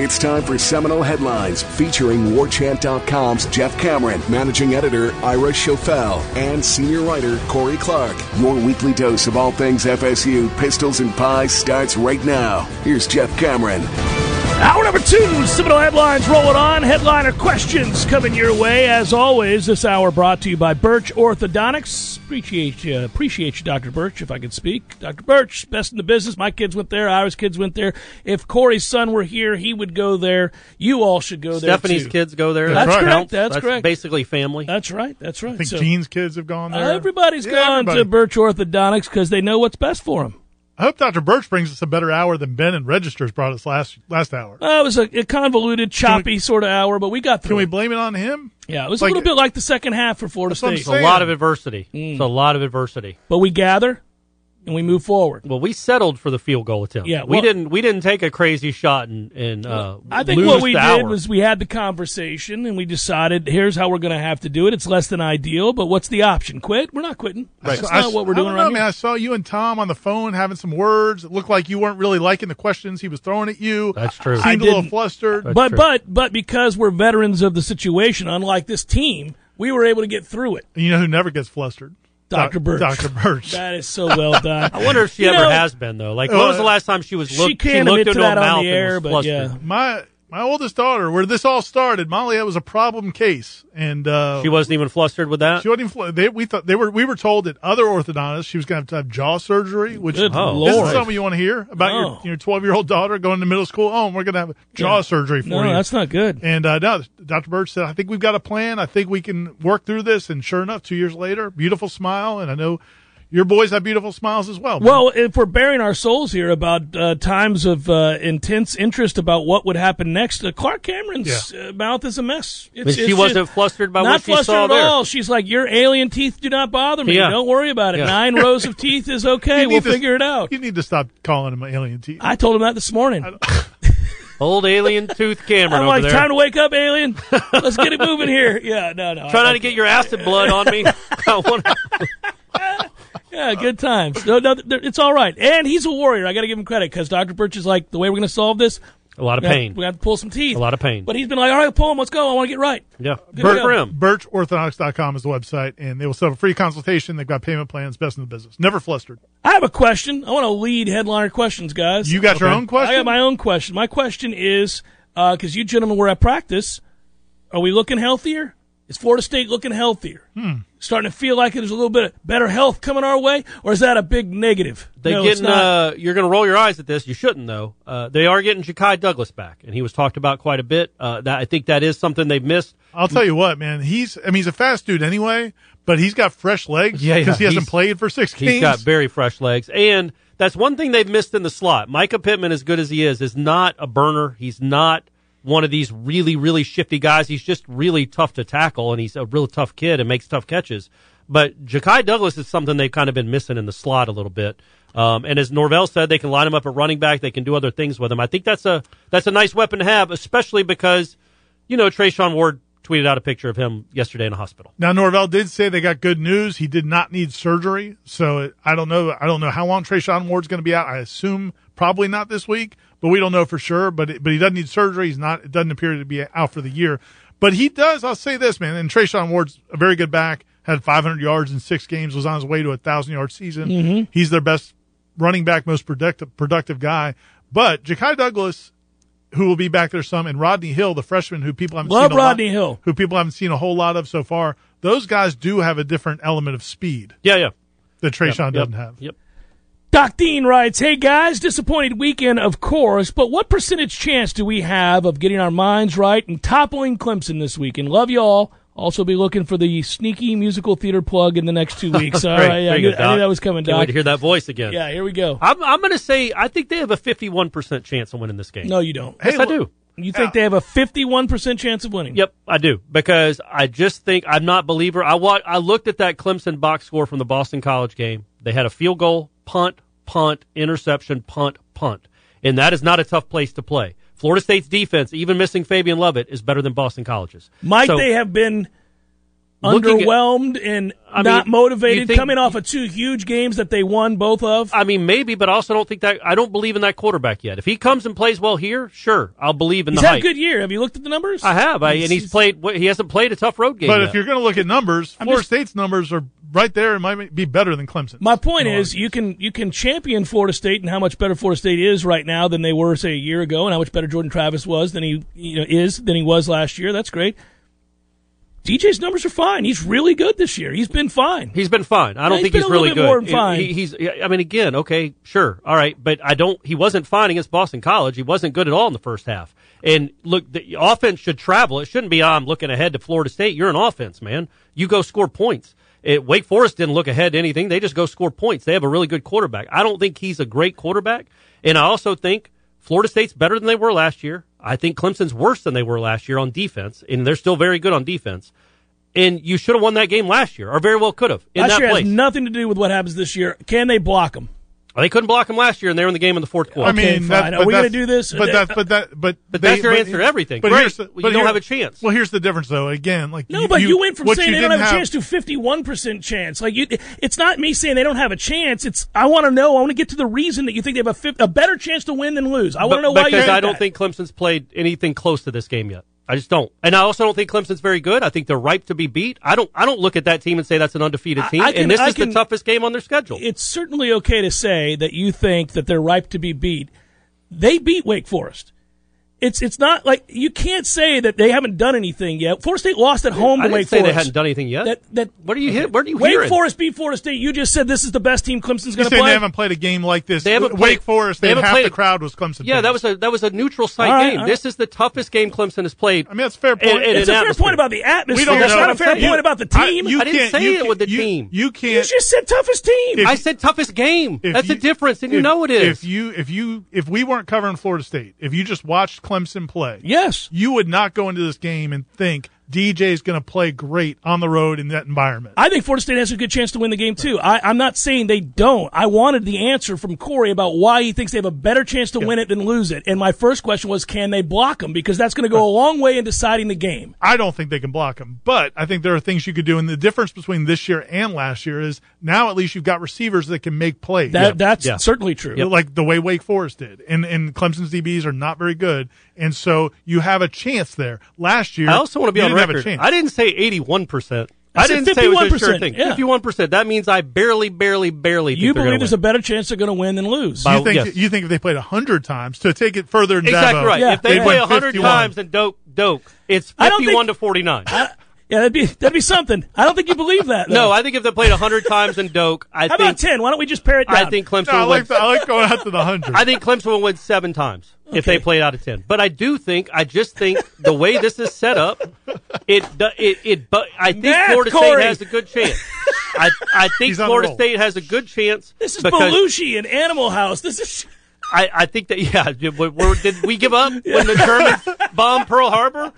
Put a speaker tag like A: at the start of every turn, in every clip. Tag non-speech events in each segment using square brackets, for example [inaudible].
A: It's time for Seminole Headlines featuring WarChant.com's Jeff Cameron, managing editor Ira Schofel, and senior writer Corey Clark. Your weekly dose of all things FSU, pistols, and pies starts right now. Here's Jeff Cameron.
B: Hour number two, Seminole Headlines rolling on. Headliner questions coming your way. As always, this hour brought to you by Birch Orthodontics. Appreciate you, appreciate you, Dr. Birch, if I could speak. Dr. Birch, best in the business. My kids went there. Ira's kids went there. If Corey's son were here, he would go there. You all should go there,
C: Stephanie's
B: too.
C: kids go there.
B: That's
C: That
B: correct.
C: counts.
B: That's correct.
C: Basically, family.
B: That's right. That's right.
D: I think
B: So,
D: Gene's kids have gone there.
B: Everybody's
D: Yeah,
B: gone
D: everybody.
B: to Birch Orthodontics because they know what's best for them.
D: I hope Dr. Birch brings us a better hour than Ben and Registers brought us last last hour.
B: Uh, it was a, a convoluted, choppy sort of hour, but we got
D: Can
B: through
D: we
B: it.
D: blame it on him?
B: Yeah, it was
D: like-
B: a little bit like the second half for Florida
D: That's what I'm
B: State.
C: It's a
D: Sam.
C: lot of adversity.
B: Mm.
C: It's a lot of adversity.
B: but we gather and we move forward.
C: Well, we settled for the field goal attempt.
B: Yeah,
C: we
B: well-
C: didn't. We didn't take a crazy shot and and uh,
B: I think
C: lose
B: what we
C: the
B: did
C: hour.
B: was we had the conversation and we decided here's how we're going to have to do it. It's less than ideal, but what's the option? Quit? We're not quitting. That's
D: I- I-
B: not what we're doing
D: I don't know,
B: around
D: man. I saw you and Tom on the phone having some words. It looked like you weren't really liking the questions he was throwing at you.
C: That's true.
D: Seemed
C: I
D: a little
B: didn't.
D: flustered.
B: here. But
C: true.
B: but but because we're veterans of the situation, unlike this team, we were able to get through it.
D: you know who never gets flustered?
B: Dr.
D: Doc-
B: Birch.
D: Dr. Birch.
B: That is so well done.
C: [laughs] I wonder if she
B: You
C: ever
B: know, uh,
C: has been though. Like, when was the last time she was?
B: She
C: Looked,
B: can't
C: looked
B: admit to
C: into
B: that
C: a
B: on
C: mouth and
B: the
C: was
B: air, but
C: flustered.
B: yeah.
D: my my oldest daughter, where this all started, Malia was a problem case, and uh,
C: she wasn't even flustered with that.
D: She wasn't even. fl- They, we thought they were. We were told that other orthodontists she was going to have to have jaw surgery, which
B: Good
D: this
B: Lord. Oh.
D: is something you want to hear about
B: No.
D: your your twelve year old daughter going to middle school. Oh, we're going to have jaw surgery for
B: no,
D: you.
B: that's not good.
D: and uh, no, Dr. Birch said, I think we've got a plan. I think we can work through this. And sure enough, two years later, beautiful smile. And I know your boys have beautiful smiles as well.
B: Well, if we're bearing our souls here about uh, times of uh, intense interest about what would happen next, uh, Clark Cameron's uh, mouth is a mess. It's,
C: But she
B: it's
C: wasn't
B: just-
C: flustered by
B: not
C: what she
B: flustered
C: saw
B: at
C: there.
B: all. She's like, "Your alien teeth do not bother me.
C: Yeah.
B: Don't worry about it.
C: Yeah.
B: Nine rows of teeth
C: [laughs]
B: is okay.
D: You need
B: we'll
D: to-
B: figure it out."
D: You need to stop calling him an alien teeth.
B: I told him that this morning.
C: Old
B: [laughs]
C: alien tooth Cameron
B: I'm
C: over
B: like,
C: there.
B: "Time to wake
C: [laughs]
B: up, alien. Let's get it moving here." Yeah, no, no.
C: Try
B: I-
C: not to get your acid blood on
B: [laughs]
C: me. [laughs] I wanna-
B: Yeah, good times. No, no, th- it's all right. And he's a warrior. I got to give him credit because Doctor Birch is like, the way we're going to solve this,
C: a lot of
B: we have-
C: pain.
B: We have to pull some teeth.
C: A lot of pain.
B: But he's been like, all right, pull them. Let's go. I want to get right.
C: Yeah,
B: to
C: Bert
B: go.
C: Grimm.
D: BirchOrthodontics.com is the website, and they will set up a free consultation. They've got payment plans, best in the business. Never flustered.
B: I have a question. I want to lead headliner questions, guys.
D: You got your own question?
B: I got my own question. My question is because you gentlemen were at practice, are we looking healthier? Is Florida State looking healthier? Hmm. Starting to feel like there's a little bit of better health coming our way, or is that a big negative?
C: They
B: no, it's
C: getting.
B: not.
C: Uh, you're going to roll your eyes at this. You shouldn't though. Uh, they are getting Ja'Kai Douglas back, and he was talked about quite a bit. Uh, that I think that is something they've missed.
D: I'll tell you what, man. He's I mean he's a fast dude anyway, but he's got fresh legs.
C: Yeah, yeah.
D: Because he hasn't
C: He's-
D: played for six games.
C: He's got very fresh legs, and that's one thing they've missed in the slot. Micah Pittman, as good as he is, is not a burner. He's not one of these really, really shifty guys. He's just really tough to tackle, and he's a real tough kid and makes tough catches. But Ja'Kai Douglas is something they've kind of been missing in the slot a little bit. Um, and as Norvell said, they can line him up at running back. They can do other things with him. I think that's a that's a nice weapon to have, especially because you know Trayshawn Ward tweeted out a picture of him yesterday in a hospital.
D: now Norvell did say they got good news. He did not need surgery, so it, I don't know. I don't know how long Trayshawn Ward's going to be out. I assume probably not this week, but we don't know for sure. But it, but he doesn't need surgery. He's not. It doesn't appear to be out for the year. But he does. I'll say this, man. And Trayshawn Ward's a very good back. Had 500 yards in six games. Was on his way to a thousand yard season.
B: Mm-hmm.
D: He's their best running back, most productive productive guy. But Ja'Kai Douglas who will be back there some, and Rodney Hill, the freshman who people haven't seen
B: Love
D: a lot-
B: Rodney Hill.
D: who people haven't seen a whole lot of so far. Those guys do have a different element of speed
C: Yeah, yeah.
D: that
C: Yep,
D: Trayshawn doesn't have.
B: [laughs]
C: Yep.
B: Doc Dean writes, Hey guys, disappointed weekend, of course, but what percentage chance do we have of getting our minds right and toppling Clemson this weekend? Love y'all. Also be looking for the sneaky musical theater plug in the
C: [laughs]
B: next two weeks. All
C: Great.
B: right, uh, yeah,
C: There
B: I,
C: you
B: knew,
C: go,
B: I
C: Doc.
B: knew that was coming,
C: Can't wait
B: Doc.
C: to hear that voice again.
B: Yeah, here we go.
C: I'm, I'm going to say I think they have a 51% chance of winning this game.
B: No, you don't.
C: yes, I do.
B: You think they have a 51% chance of winning?
C: Yep, I do because I just think I'm not believer. I wa- I looked at that Clemson box score from the Boston College game. They had a field goal, punt, punt, interception, punt, punt, and that is not a tough place to play. Florida State's defense, even missing Fabian Lovett, is better than Boston College's.
B: Might
C: So-
B: they have been
C: Looking at-
B: underwhelmed and
C: I mean,
B: not
C: you
B: motivated
C: think-
B: coming off of two huge games that they won both of?
C: I mean, maybe, but I also don't think that I don't believe in that quarterback yet. If he comes and plays well here, sure, I'll believe in
B: he's
C: the
B: had a
C: hype.
B: good year. Have you looked at the numbers?
C: I have, I, and he's played. He hasn't played a tough road game.
D: But
C: yet.
D: if you're going to look at numbers, Florida
B: just-
D: State's numbers are right there and might be better than Clemson.
B: My point is, you can you can champion Florida State and how much better Florida State is right now than they were say a year ago, and how much better Jordan Travis was than he you know is than he was last year. That's great. DJ's numbers are fine. He's really good this year. He's been fine.
C: He's been fine. I don't
B: he's
C: think
B: been
C: he's
B: a little
C: really
B: bit
C: good.
B: more than fine.
C: He- he's. I mean, again, okay, sure, all right, but I don't. He wasn't fine against Boston College. He wasn't good at all in the first half. And look, the offense should travel. It shouldn't be. "Ah, I'm looking ahead to Florida State. You're an offense, man. You go score points. It, Wake Forest didn't look ahead to anything. They just go score points. They have a really good quarterback. I don't think he's a great quarterback. And I also think Florida State's better than they were last year. I think Clemson's worse than they were last year on defense, and they're still very good on defense. And you should have won that game last year, or very well could have in
B: last
C: that
B: year
C: place.
B: has nothing to do with what happens this year. Can they block him?
C: they couldn't block him last year, and they were in the game in the fourth quarter.
D: I mean,
B: fine.
D: that's-
B: Are
D: but
B: we gonna
D: that's-
B: do this?
D: But that's but that but
C: But that's your answer to everything. Great.
D: here's
C: You don't have a chance.
D: Well, here's the difference, though. Again, like
B: No, but you, went from
D: what
B: saying
D: you
B: they don't have
D: didn't
B: a chance to fifty-one percent chance. Like you, it's not me saying they don't have a chance. It's I want to know. I want to get to the reason that you think they have a, fif- a better chance to win than lose. I want to know
C: But-
B: why you
C: because
B: think
C: I don't
B: that.
C: think Clemson's played anything close to this game yet. I just don't, and I also don't think Clemson's very good. I think they're ripe to be beat. I don't. I don't look at that team and say that's an undefeated
B: I-
C: team.
B: I can-
C: and this
B: I
C: is
B: can-
C: the toughest game on their schedule.
B: it's certainly okay to say that you think that they're ripe to be beat. They beat Wake Forest. It's it's not like you can't say that they haven't done anything yet. Florida State lost at home
C: I
B: to
C: didn't
B: Wake
C: say
B: Forest.
C: they hadn't done anything yet.
B: That that
C: what are you? hit? Where are you
B: Wake
C: hearing?
B: Forest beat Florida State. You just said this is the best team Clemson's
D: You're
B: going to
D: saying
B: play.
D: they haven't played a game like this.
C: They haven't
D: Wake
C: played-
D: Forest.
C: they
D: They
C: haven't
D: half
C: played
D: the
C: a-
D: crowd was Clemson.
C: Yeah,
D: fans.
C: that was a that was a neutral site
B: All right,
C: game.
B: all right.
C: This is the toughest game Clemson has played.
D: I mean, that's a fair
C: And- and
D: point.
B: it's a
C: an
B: fair
C: atmosphere.
B: point about the
D: We
B: atmosphere.
D: don't
B: It's
D: know.
B: not a
C: what
B: fair
C: I'm saying.
B: point about the team.
D: I, you
C: I didn't
D: can't-
C: say
D: you
C: it with the
D: can't- you-
C: team.
D: You
B: You
D: can't.
B: just said toughest team.
D: If
C: I said toughest game.
D: if
C: That's
D: you-
C: the difference, and you
D: if-
C: know it is.
D: If you if you if we weren't covering Florida State, if you just watched Clemson play,
B: yes.
D: you would not go into this game and think DJ is going to play great on the road in that environment.
B: I think Florida State has a good chance to win the game too. I, I'm not saying they don't. I wanted the answer from Corey about why he thinks they have a better chance to win it than lose it. And my first question was, can they block them? Because that's going to go a long way in deciding the game.
D: I don't think they can block him, but I think there are things you could do. And the difference between this year and last year is now at least you've got receivers that can make plays,
B: That that's
C: Yeah.
B: certainly true.
D: like the way Wake Forest did. And and Clemson's DBs are not very good, and so you have a chance there. Last year,
C: I also want to be
D: you
C: on
D: didn't have a
C: record.
D: chance.
C: I didn't say eighty-one percent. I,
B: said
C: didn't say it was a sure
B: 51%,
C: thing.
B: yeah.
C: Fifty-one percent. That means I barely, barely, barely. Think
B: you
C: they're
B: believe
C: gonna
B: there's a
C: win.
B: better chance they're going to win than lose.
C: By-
D: you think
C: yes.
D: you think if they played hundred times to take it further than
C: exactly
D: Dabo,
C: right.
B: Yeah.
C: If they
B: They'd
C: play
D: win
C: hundred
D: 51.
C: times and doke, doke, it's
B: I don't think-
C: fifty-one to forty-nine.
B: Uh, yeah, that'd be that'd be something. I don't think you believe that.
C: no,
B: though.
C: I think if they played hundred times and doke, I
B: How
C: think
B: about ten? Why don't we just pare it down?
C: I think Clemson.
D: No, I
C: will
D: like
C: win.
D: the, I like going out to the hundred.
C: I think Clemson will win seven times if they played out of ten. But I do think, I just think the way this is set up, it do- it it. But I think
B: Math,
C: Florida
B: Corey.
C: State has a good chance. I
B: [laughs]
C: I think
D: He's on a
C: Florida
D: roll.
C: State has a good chance.
B: this is
C: because
B: Belushi and Animal House. This is
C: I, I think that [laughs] yeah. Did, we- we're, did we give up when the Germans bombed Pearl Harbor?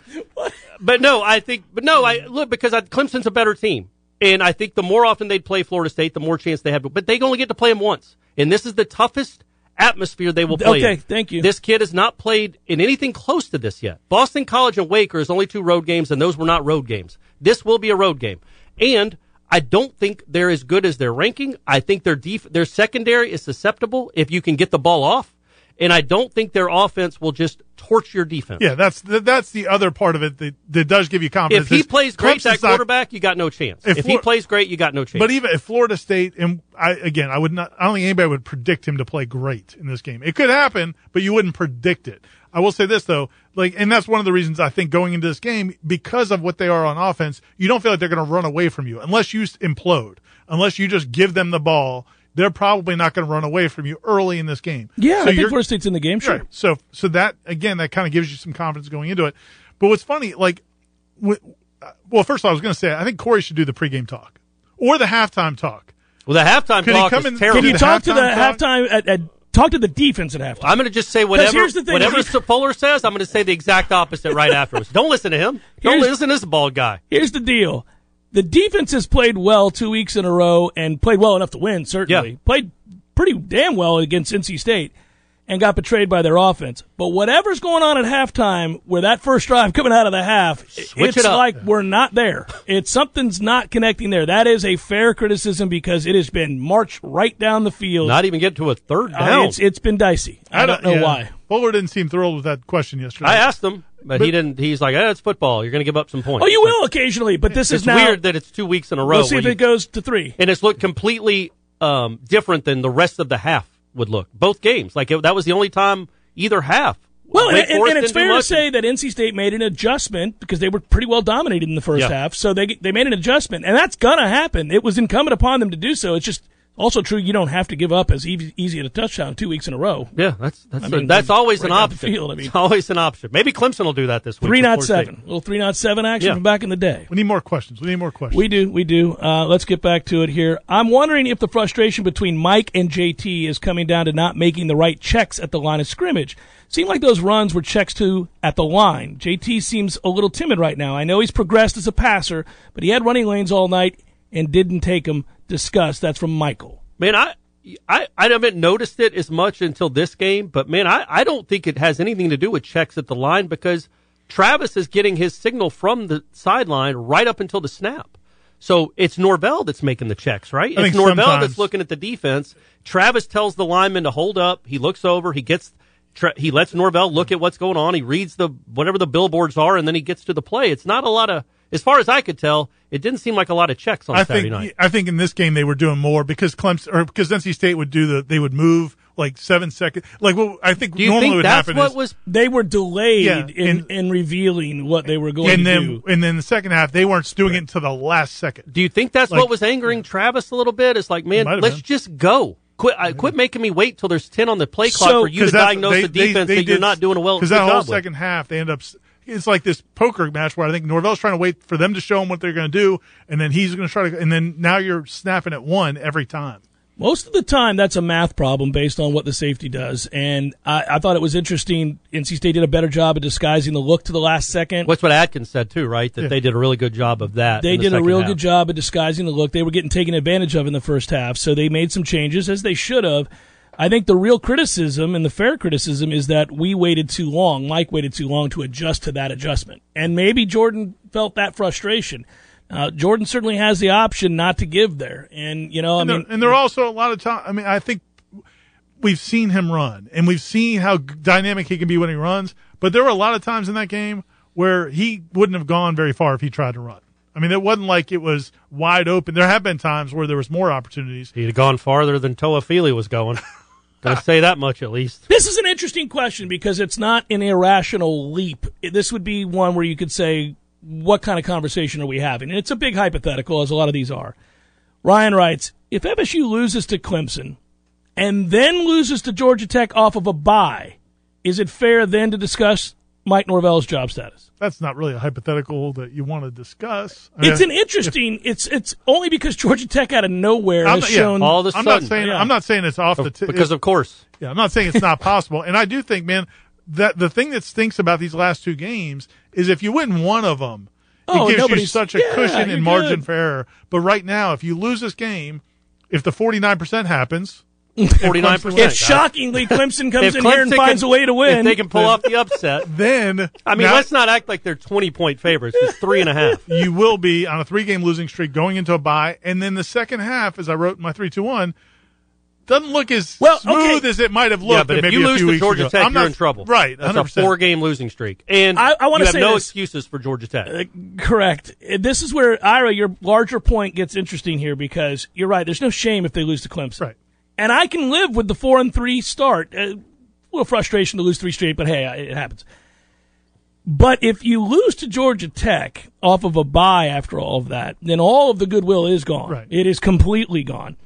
C: But no, I think. But no, I look because I, Clemson's a better team, and I think the more often they play Florida State, the more chance they have. But they only get to play them once, and this is the toughest atmosphere they will play.
B: Okay,
C: in.
B: thank you.
C: This kid has not played in anything close to this yet. Boston College and Wake are his only two road games, and those were not road games. This will be a road game, and. I don't think they're as good as their ranking. I think their def- their secondary is susceptible if you can get the ball off, and I don't think their offense will just torch your defense.
D: Yeah, that's th- that's the other part of it that, that does give you confidence.
C: If he
D: is
C: plays great, that
D: Clemson's not-
C: quarterback, you got no chance.
D: If
C: If, he
D: Flor-
C: plays great, you got no chance.
D: But even if Florida State and I again, I would not. I don't think anybody would predict him to play great in this game. It could happen, but you wouldn't predict it. I will say this though, like, and that's one of the reasons I think going into this game because of what they are on offense, you don't feel like they're going to run away from you unless you s- implode, unless you just give them the ball. They're probably not going to run away from you early in this game.
B: Yeah,
D: so
B: I think
D: you're-
B: Florida State's in the game. Sure.
D: Right. So so that again, that kind of gives you some confidence going into it. But what's funny, like, wh- uh, well, first of all, I was going to say I think Corey should do the pregame talk or the halftime talk.
C: Well, the halftime
D: Could he
C: talk is
D: come in-
C: terrible.
D: could
B: Can you
D: The
B: talk to the
D: halftime talk?
B: halftime? At, at, talk to the defense at halftime.
C: I'm going to just say whatever
B: here's the thing,
C: whatever
B: is he-
C: Fuller says. I'm going to say the exact opposite right afterwards. Don't listen to him. Don't
B: Here's-
C: listen to this bald guy.
B: Here's the deal. The defense has played well two weeks in a row and played well enough to win, certainly.
C: Yeah.
B: Played pretty damn well against NC State and got betrayed by their offense. But whatever's going on at halftime, where that first drive coming out of the half,
C: Switch it
B: it's
C: up.
B: like we're not there. It's something's not connecting there. That is a fair criticism because it has been marched right down the field.
C: Not even get to a third
B: Uh,
C: down.
B: it's it's been dicey. I, don't, know
D: yeah.
B: why.
D: Fuller didn't seem thrilled with that question yesterday.
C: I asked him, but, he
D: But-
C: didn't. He's like, eh, "It's football. You're going to give up some points."
B: Oh, you
C: But
B: will occasionally, but this
C: It's
B: is now.
C: weird that it's two weeks in a row.
B: We'll see
C: where
B: if
C: you-
B: it goes to three.
C: and it's looked completely um, different than the rest of the half would look. Both games, like it, that was the only time either half.
B: Well, and,
C: Wake
B: and,
C: Forest
B: and it's
C: didn't do
B: fair to
C: much.
B: say that NC State made an adjustment because they were pretty well dominated in the first
C: Yeah.
B: half, so they they made an adjustment, and that's gonna happen. It was incumbent upon them to do so. It's just also true you don't have to give up as easy, easy at a touchdown two weeks in a row.
C: Yeah, that's that's
B: I mean,
C: that's always
B: right
C: an
B: down the
C: option.
B: field, I mean.
C: it's always an option. Maybe Clemson will do that this week.
B: Three
C: with
B: not
C: Florida State.
B: seven, little three not seven action
C: Yeah.
B: from back in the day.
D: we need more questions. We need more questions.
B: We do, we do. Uh, let's get back to it here. I'm wondering if the frustration between Mike and JT is coming down to not making the right checks at the line of scrimmage. Seemed like those runs were checks to at the line. JT seems a little timid right now. I know he's progressed as a passer, but he had running lanes all night and didn't take them. Discussed. That's from Michael.
C: Man, I. I, I haven't noticed it as much until this game, but man, I, I don't think it has anything to do with checks at the line because Travis is getting his signal from the sideline right up until the snap. So it's Norvell that's making the checks, right? it's
D: I think
C: Norvell
D: sometimes-
C: that's looking at the defense. Travis tells the lineman to hold up. He looks over. He gets. Tra- he lets Norvell look at what's going on. He reads the whatever the billboards are, and then he gets to the play. It's not a lot of, as far as I could tell, it didn't seem like a lot of checks on
D: I
C: Saturday
D: think
C: night.
D: I think in this game they were doing more because Clemson or because NC State would do the they would move like seven seconds. Like well, I think
C: Do you
D: normally
C: think
D: would
C: that's
D: happen
C: what
D: is,
C: was
B: They were delayed
D: Yeah,
B: in,
D: and-
B: in revealing what they were going
D: and
B: to
D: then
B: do.
D: and then the second half they weren't doing it until the last second.
C: Do you think that's
D: Like-
C: what was angering Travis a little bit? It's like, man,
D: Might have
C: let's
D: been.
C: just go. Quit, I, quit making me wait till there's ten on the play clock
B: So-
C: for you to
D: 'Cause that's-
C: diagnose
D: they-
C: the
D: they-
C: defense
D: they
C: that you're
D: did-
C: not doing a well.
D: Because
C: good
D: that whole
C: job with.
D: second half, they end up. s- It's like this poker match where I think Norvell's trying to wait for them to show him what they're going to do, and then he's going to try to. And then now you're snapping at one every time.
B: Most of the time, that's a math problem based on what the safety does. And I, I thought it was interesting. NC State did a better job of disguising the look to the last second.
C: What's what Atkins said too, right? That
D: Yeah.
C: they did a really good job of that.
B: they
C: in the
B: did a
C: second
B: real
C: half.
B: good job of disguising the look. They were getting taken advantage of in the first half, so they made some changes as they should have. I think the real criticism and the fair criticism is that we waited too long. Mike waited too long to adjust to that adjustment, and maybe Jordan felt that frustration. Uh, Jordan certainly has the option not to give there, and you know, I
D: And,
B: mean,
D: there, and there are also a lot of time. I mean, I think we've seen him run, and we've seen how g- dynamic he can be when he runs. But there were a lot of times in that game where he wouldn't have gone very far if he tried to run. I mean, it wasn't like it was wide open. There have been times where there was more opportunities.
C: He'd have gone farther than Toa Feely was going.
D: [laughs]
C: Gonna say that much at least.
B: This is an interesting question because it's not an irrational leap. This would be one where you could say, what kind of conversation are we having? And it's a big hypothetical, as a lot of these are. Ryan writes If FSU loses to Clemson and then loses to Georgia Tech off of a bye, is it fair then to discuss Mike Norvell's job status?
D: That's not really a hypothetical that you want to discuss. I
B: It's
D: mean,
B: an interesting. It's it's only because Georgia Tech out of nowhere
D: I'm
B: has
D: not- yeah,
B: shown
C: All of a
D: I'm
C: sudden, Oh,
D: not saying
B: yeah.
D: I'm not saying it's off the t-
C: because of course,
D: Yeah, I'm not saying it's not [laughs] possible, and I do think, man, that the thing that stinks about these last two games is if you win one of them,
B: Oh,
D: it gives you
B: nobody's-
D: such a
B: yeah,
D: cushion
B: you're
D: and margin
B: good.
D: for error. But right now, if you lose this game, if the 49 percent happens, if Clemson
C: 49%.
D: wins,
B: If shockingly Clemson comes
C: [laughs] if
B: in here and
C: Clemson
B: finds
C: can-
B: a way to win,
C: if they can pull off the upset.
D: then
C: I mean,
D: now
C: let's not act like they're twenty point favorites. It's three and a
D: [laughs]
C: half.
D: you will be on a three-game losing streak going into a bye, and then the second half, as I wrote in my three-two-one. Doesn't look as
B: Well,
D: smooth
B: okay.
D: as it might have looked.
C: Yeah, but if
D: maybe
C: you
D: a
C: lose
D: few
C: to
D: weeks
C: Georgia
D: ago.
C: Tech,
D: I'm
C: you're
D: not-
C: in trouble.
D: Right,
C: that's
D: 100%.
C: a four-game losing streak, and
B: I- I wanna
C: you have
B: say
C: no
B: this.
C: excuses for Georgia Tech.
B: Correct. Uh, This is where Ira, your larger point gets interesting here because you're right. There's no shame if they lose to Clemson.
D: Right.
B: And I can live with the four and three start. Uh, little frustration to lose three straight, but hey, it happens. But if you lose to Georgia Tech off of a bye after all of that, then all of the goodwill is gone.
D: Right.
B: It is completely gone.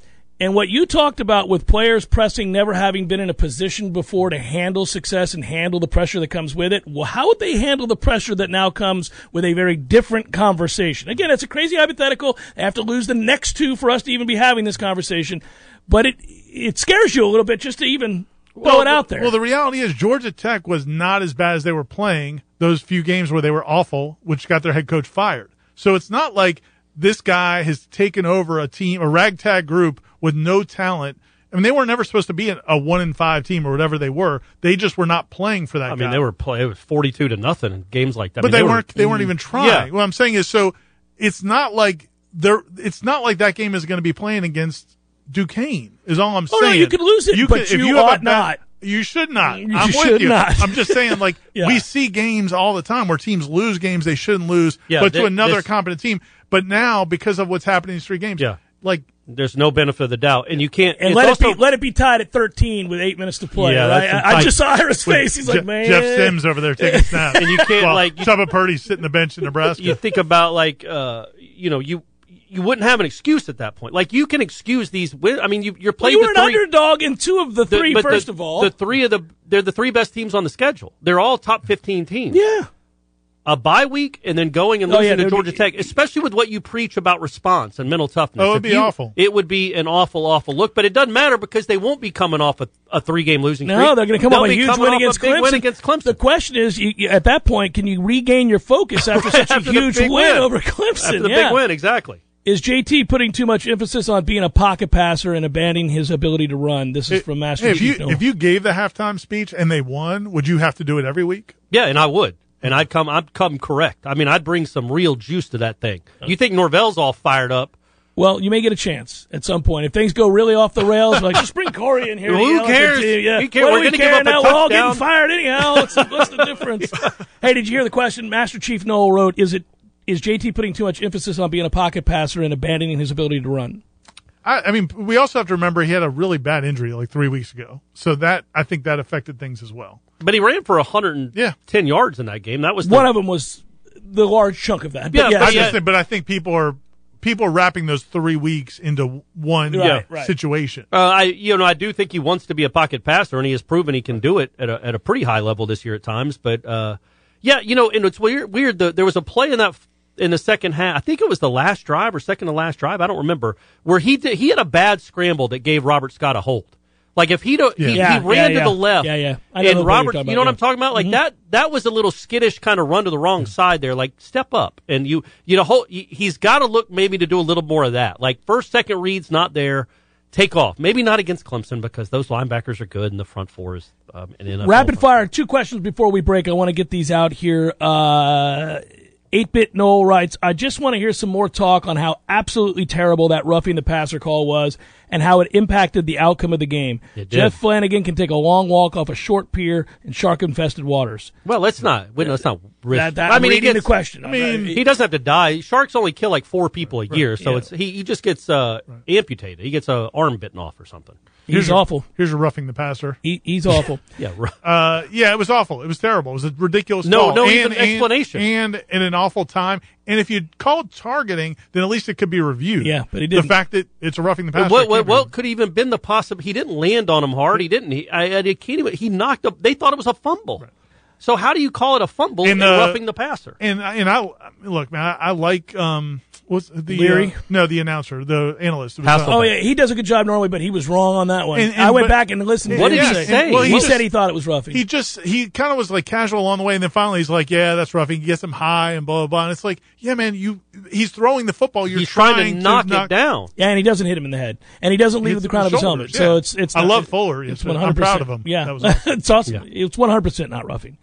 B: And what you talked about with players pressing, never having been in a position before to handle success and handle the pressure that comes with it, well, how would they handle the pressure that now comes with a very different conversation? Again, it's a crazy hypothetical. They have to lose the next two for us to even be having this conversation. But it it scares you a little bit just to even throw it out there.
D: Well, the reality is Georgia Tech was not as bad as they were playing those few games where they were awful, which got their head coach fired. So it's not like this guy has taken over a team, a ragtag group with no talent. I mean, they were never supposed to be an- a one in five team or whatever they were. They just were not playing for that.
C: I mean,
D: guy.
C: they were play. It was forty-two to nothing in games like that. I
D: but
C: mean,
D: they, weren't. They weren't even trying.
C: Yeah.
D: What I'm saying is, so it's not like they're. It's not like that game is going to be playing against Duquesne. Is all I'm
B: Oh, no,
D: saying.
B: you could lose it, but you
D: have a
B: ought not.
D: You should not.
B: You
D: I'm
B: should
D: with you.
B: not.
D: I'm just saying, like
B: [laughs] Yeah.
D: we see games all the time where teams lose games they shouldn't lose,
C: Yeah,
D: but to
C: thi-
D: another
C: this-
D: competent team. But now, because of what's happening in these three games,
C: Yeah.
D: like
C: There's no benefit of the doubt, and you can't.
B: and
C: it's
B: let
C: also-
B: it be let it be tied at thirteen with eight minutes to play.
C: Yeah,
B: right?
C: that's some
B: I, I
C: tight-
B: just saw Ira's face. He's like,
D: Je-
B: man,
D: Jeff Sims over there
B: [laughs]
D: taking snaps,
C: And you can't,
D: While
C: like, you-
D: Chubba Purdy's sitting the bench in Nebraska.
C: you think about like uh, you know you you wouldn't have an excuse at that point. Like you can excuse these. Win- I mean, you, you're
B: Well,
C: playing
B: you were an
C: the three,
B: underdog in two of the
C: the-
B: three.
C: but
B: First
C: the-
B: of all,
C: the three of the they're the three best teams on the schedule. They're all top fifteen teams.
B: yeah,
C: A bye week and then going and
B: Oh,
C: losing
B: yeah,
C: to
B: there'd
C: Georgia
B: be-
C: Tech, especially with what you preach about response and mental toughness.
D: Oh, it'd
C: If
D: be
C: you-
D: awful.
C: It would be an awful, awful look. But it doesn't matter because they won't be coming off a, a three game losing
B: no,
C: streak.
B: they're going to come
C: They'll
B: off a
C: be
B: huge
C: coming
B: win
C: off
B: against,
C: a big
B: Clemson.
C: win against Clemson.
B: The question is, you, you, at that point, can you regain
C: [laughs]
B: your focus after such a
C: After the
B: huge
C: big
B: win, over Clemson?
C: After the
B: yeah.
C: big win, exactly.
B: Is JT putting too much emphasis on being a pocket passer and abandoning his ability to run? This is from Master
D: Hey, if
B: Chief
D: you
B: Noah.
D: if you gave the halftime speech and they won, would you have to do it every week?
C: Yeah, and I would. And I'd come I'd come correct. I mean, I'd bring some real juice to that thing. You think Norvell's all fired up.
B: Well, you may get a chance at some point if things go really off the rails. Like just bring Corey in here.
C: Who
B: you know,
C: cares?
B: it's- Yeah.
C: Who cares?
B: What
C: We're
B: do
C: gonna
B: we
C: give
B: care
C: up a
B: now? We're all getting
C: touchdown.
B: fired anyhow. What's, what's
C: [laughs]
B: the difference? Hey, did you hear the question? Master Chief Noel wrote: Is it is JT putting too much emphasis on being a pocket passer and abandoning his ability to run?
D: I, I mean, we also have to remember he had a really bad injury like three weeks ago, so that I think that affected things as well.
C: But he ran for 110 yards in that game. That was the,
B: One of them was the large chunk of that. But
C: Yeah,
B: yes,
C: but
D: I
C: yeah.
D: just think, but I think people are people are wrapping those three weeks into one
B: Right, right.
D: situation.
C: uh, I you know, I do think he wants to be a pocket passer and he has proven he can do it at a at a pretty high level this year at times, but uh yeah, you know, and it's weird weird the, there was a play in that f- in the second half. I think it was the last drive or second to last drive, I don't remember, where he did, he had a bad scramble that gave Robert Scott a hold. Like if he don't, he,
B: Yeah.
C: he ran
B: Yeah,
C: to
B: yeah.
C: the left,
B: Yeah, yeah. I know the
C: and
B: play you're
C: Robert,
B: talking
C: you know what
B: about,
C: I'm talking
B: Mm-hmm.
C: about? Like that, that was a little skittish kind of run to the wrong side there. Like step up, and you, you know, whole, he- he's got to look maybe to do a little more of that. Like first, second reads not there, take off. Maybe not against Clemson because those linebackers are good and the front four is um, an NFL.
B: Rapid
C: front.
B: fire. Two questions before we break. I want to get these out here. Uh, 8-Bit Noel writes, I just want to hear some more talk on how absolutely terrible that roughing the passer call was and how it impacted the outcome of the game.
C: It did.
B: Jeff Flanagan can take a long walk off a short pier in shark-infested waters.
C: Well, let's not. Wait, let's not risk.
B: That, that,
C: I
B: I'm
C: mean, he
B: reading
C: gets-
B: the question. Uh,
D: I mean,
C: He doesn't have to die. Sharks only kill like four people a year, so
B: yeah.
C: it's he, he just gets uh, amputated. He gets a arm bitten off or something.
B: he's awful.
D: Here's your roughing the passer.
B: He,
C: [laughs]
B: he's awful.
C: Yeah, right.
D: Uh, yeah, it was awful. It was terrible. It was a ridiculous
C: No,
D: call.
C: no
D: and,
C: even
D: and-
C: explanation.
D: And in an awful time. And if you called targeting, then at least it could be reviewed.
B: Yeah, but he
D: The
B: didn't.
D: fact that it's a roughing the passer.
C: what,
D: can't
C: what,
D: be
C: what could even been the possible? He didn't land on him hard. He didn't. He, I, I it can't even. He knocked up. They thought it was a fumble. So how do you call it a fumble and,
D: And, uh,
C: roughing the passer?
D: And I- and I look, man, I, I like um what's the
B: Leary?
D: uh, no, the announcer, the analyst. It was, uh,
C: Hasselbeck.
B: Oh yeah, he does a good job normally, but he was wrong on that one.
D: And- and-
B: I went
D: but-
B: back and listened. to
C: What
B: him
C: did he
B: say.
C: say?
B: Well, he
C: What-
B: said he thought it was roughing.
D: He just he kind of was like casual along the way, and then finally he's like, "Yeah, that's rough." He gets him high and blah blah blah. And it's like, "Yeah, man, you he's throwing the football. You're
C: He's trying, to knock,
D: knock
C: it down.
B: Yeah, and he doesn't hit him in the head, and he doesn't
D: Hits
B: leave with the crown of his
D: shoulders,
B: helmet.
D: yeah.
B: So it's it's.
D: I
B: not-
D: love Fuller. It's 100%. I'm proud of him.
B: Yeah, [laughs]
D: That was awesome.
B: it's awesome. It's one hundred percent not roughing.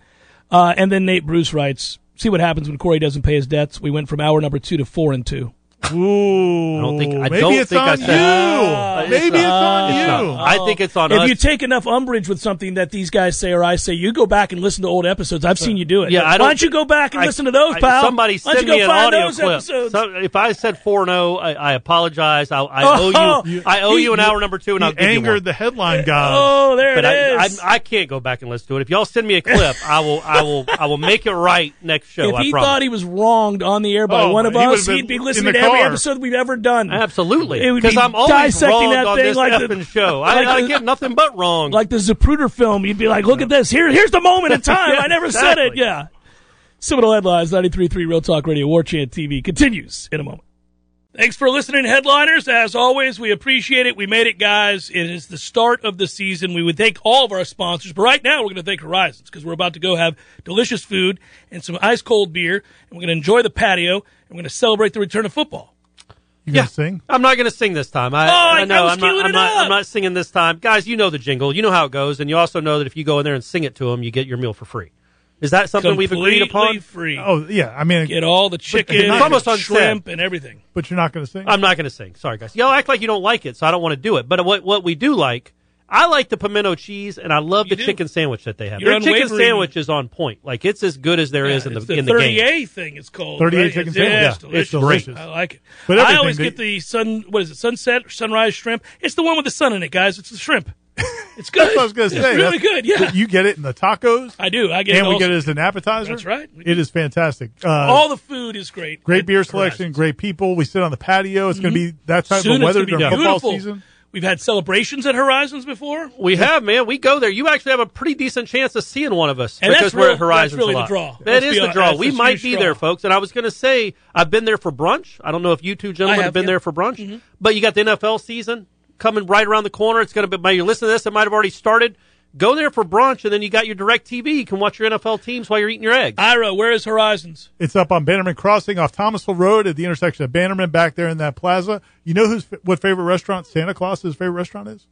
B: Uh, and then Nate Bruce writes, "See what happens when Corey doesn't pay his debts." We went from hour number two to four and two.
D: Ooh.
C: I don't think- I
D: Maybe
C: don't
D: it's
C: think I
D: on
C: said-
D: you.
C: Ah,
D: Maybe it's,
C: it's not.
D: on
C: It's
D: you.
C: not. I think it's on
B: if
C: us.
B: you take enough umbrage with something that these guys say or I say, you go back and listen to old episodes. I've seen you do it.
C: Yeah, I
B: Why
C: don't-
B: don't you go back and
C: I-
B: listen to those,
C: I-
B: pal?
C: Somebody
B: Why don't
C: send
B: you go
C: me an
B: find
C: audio
B: those
C: clip.
B: episodes?
C: So if I said four zero, I, I apologize. I,
B: [laughs]
C: I
B: Oh,
C: owe you. I owe you an hour number two, and
D: He
C: I'll give you
D: angered
C: one. Uh,
D: the headline guy.
B: oh, there
C: But I,
B: it
C: I,
B: is.
C: I can't go back and listen to it. If y'all send me a clip, I will. I will. I will make it right next show.
B: if
C: I
B: he
C: promise.
B: thought he was wronged on the air by
D: Oh,
B: one of
D: he would've
B: us,
D: been
B: he'd be
D: in
B: listening
D: the
B: to every
D: car.
B: episode we've ever done.
C: Absolutely,
B: It would
C: because
B: be
C: I'm always
B: dissecting
C: wrong
B: that
C: on
B: thing
C: this
B: like the-
C: effing show. I,
B: like
C: I
B: the-
C: get nothing but wrong.
B: Like the Zapruder film, you'd be like, look at this. Here, Here's the moment in time.
C: Yeah,
B: I never said it.
C: exactly.
B: Yeah. Seminole Headlines, 93.3 Real Talk Radio, War Chant TV continues in a moment. Thanks for listening, headliners. As always, we appreciate it. We made it, guys. It is the start of the season. We would thank all of our sponsors, but right now we're going to thank Horizons because we're about to go have delicious food and some ice cold beer, and we're going to enjoy the patio, and we're going to celebrate the return of football.
D: you gonna sing?
C: I'm not going to sing this time. I,
B: Oh, I- I
C: know.
B: was
C: am not,
B: queuing
C: I'm,
B: it
C: not,
B: up.
C: I'm not singing this time. Guys, you know the jingle. You know how it goes. And you also know that if you go in there and sing it to them, you get your meal for free. Is that something we've agreed
B: Completely
C: upon?
B: free.
D: Oh yeah. I mean,
B: Get all the chicken,
D: it's
C: almost
B: and
C: unsaid.
B: shrimp, and everything.
D: but you're not gonna sing.
C: I'm not going to sing. Sorry, guys. Y'all act like you don't like it, so I don't want to do it. But what, what we do like, I like the pimento cheese, and I love
B: You
C: the
B: do.
C: chicken sandwich that they have.
B: You're
C: Their chicken
B: unwavering.
C: sandwich is on point. Like, it's as good as there is in the,
B: It's
C: in the game.
B: 38 thing it's called.
D: 38
B: right?
D: chicken
B: It's-
D: sandwich.
B: Yeah,
D: Yeah,
B: it's
D: it's
B: delicious.
D: delicious.
B: I like it.
D: But
B: I
D: everything
B: always
D: they-
B: get the sun. What is it? Sunset or sunrise shrimp? It's the one with the sun in it, guys. It's the shrimp. It's
D: [laughs]
B: good.
D: That's what I was gonna say.
B: It's really
D: That's-
B: good. Yeah,
D: You get it in the tacos.
B: I do. I get
D: and
B: it
D: we
B: also.
D: get it as an appetizer.
B: That's right.
D: It is fantastic. Uh,
B: All the food is great.
D: great
B: At
D: beer selection,
B: Horizons.
D: great people. We sit on the patio. It's going to be that type
B: Soon
D: of
B: it's
D: weather
B: gonna be
D: during football
B: beautiful.
D: season.
B: We've had celebrations at Horizons before, and
C: We have, man. We go there. You actually have a pretty decent chance of seeing one of us
B: And
C: because
B: that's
C: we're
B: real-
C: at Horizons
B: that's really
C: a
B: the
C: lot.
B: draw.
C: That
B: Let's
C: is
B: be
C: the
B: honest.
C: draw.
B: That's
C: We
B: the
C: might
B: huge
C: be
B: draw.
C: there, folks. And I was going to say, I've been there for brunch. I don't know if you two gentlemen
B: I
C: have,
B: have,
C: been
B: yeah. Mm-hmm.
C: there for brunch, but you got the NFL season coming right around the corner. It's going to be. By you listen to this, it might have already started. Go there for brunch, and then you got your Direct TV. You can watch your NFL teams while you're eating your eggs.
B: Ira, where is Horizons?
D: It's up on Bannerman Crossing off Thomasville Road at the intersection of Bannerman back there in that plaza. You know who's what favorite restaurant Santa Claus's favorite restaurant is?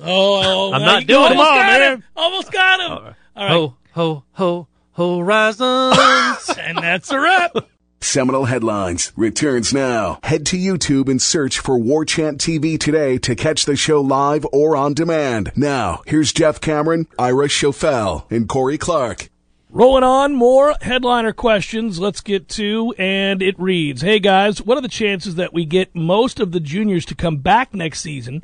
B: Oh,
C: I'm
B: now
C: not
B: you
C: doing it.
B: almost
D: Come on,
B: got him.
D: man.
B: Almost got him. All right,
C: Ho ho ho Horizons.
B: and that's a
C: [laughs]
B: wrap.
A: Seminal Headlines returns now. Head to YouTube and search for War Chant TV today to catch the show live or on demand. Now, here's Jeff Cameron, Ira Schofel, and Corey Clark.
B: Rolling on, more headliner questions. Let's get to, and it reads Hey guys, what are the chances that we get most of the juniors to come back next season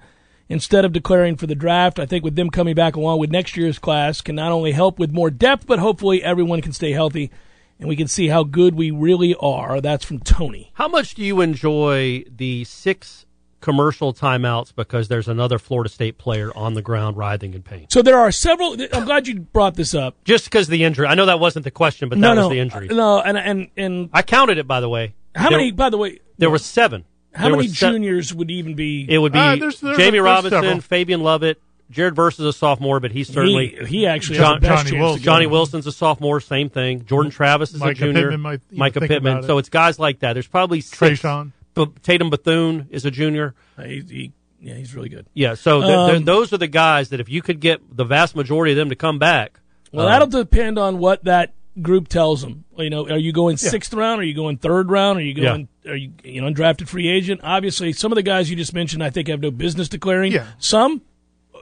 B: instead of declaring for the draft? I think with them coming back along with next year's class can not only help with more depth, but hopefully everyone can stay healthy and we can see how good we really are. That's from Tony.
C: How much do you enjoy the six commercial timeouts because there's another Florida State player on the ground writhing in pain?
B: So there are several. I'm glad you brought this up.
C: Just because the injury. I know that wasn't the question, but that
B: no,
C: was
B: no,
C: the injury.
B: No, and and and
C: I counted it, by the way.
B: how
C: There-
B: many? By the way,
C: There were seven.
B: how
C: There
B: many
C: were se-
B: juniors would even be?
C: It would be
D: Uh, there's- there's-
C: Jamie
D: there's
C: Robinson,
D: several.
C: Fabian Lovett. Jared Verse is a sophomore, but he's certainly.
B: he, he actually
C: John-
B: has the best
D: Johnny
B: chance
D: Wilson.
B: to go.
C: Johnny Wilson's a sophomore, same thing. Jordan Travis is
D: Micah
C: a junior.
D: Pittman might even
C: Micah
D: think
C: Pittman.
D: about it.
C: So it's guys like that. There's probably six.
D: Trayshawn.
C: B- Tatum Bethune is a junior.
B: Uh, He, he, yeah, he's really good.
C: Yeah, so th- th-
B: Um,
C: those are the guys that if you could get the vast majority of them to come back,
B: Well,
C: uh,
B: that'll depend on what that group tells them. You know, are you going sixth round? Are you going third round? Are you
C: Yeah.
B: going? Are you you know undrafted free agent? Obviously, some of the guys you just mentioned, I think, have no business declaring.
D: Yeah.
B: Some,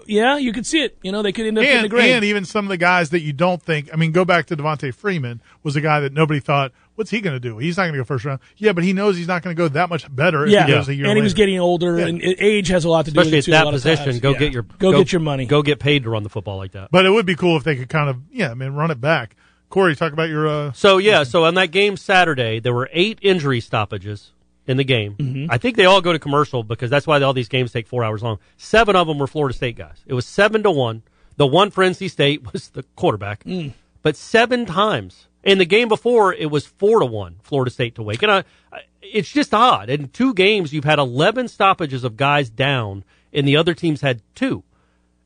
B: yeah, you could see it. You know, they could end up in the
D: And,
B: grade.
D: and even some of the guys that you don't think. I mean, go back to Devontae Freeman was a guy that nobody thought, what's he going to do? He's not going to go first round. Yeah, but he knows he's not going to go that much better if
B: yeah,
D: he goes a year
B: and he was
D: later.
B: getting older, and and age has a lot to do
C: especially at
B: with it too, a
C: that
B: lot of
C: position,
B: times.
C: go
B: Yeah.
C: get your
B: go, get your money.
C: go get paid to run the football like that.
D: But it would be cool if they could kind of, yeah, I mean, run it back. Corey, talk about your. Uh,
C: So yeah, so on that game Saturday, there were eight injury stoppages in the game.
B: Mm-hmm.
C: I think they all go to commercial because that's why all these games take four hours long. Seven of them were Florida State guys. It was seven to one. The one for NC State [laughs] was the quarterback,
B: Mm.
C: but seven times in the game before it was four to one Florida State to Wake. And I, I- it's just odd. In two games, you've had eleven stoppages of guys down, and the other teams had two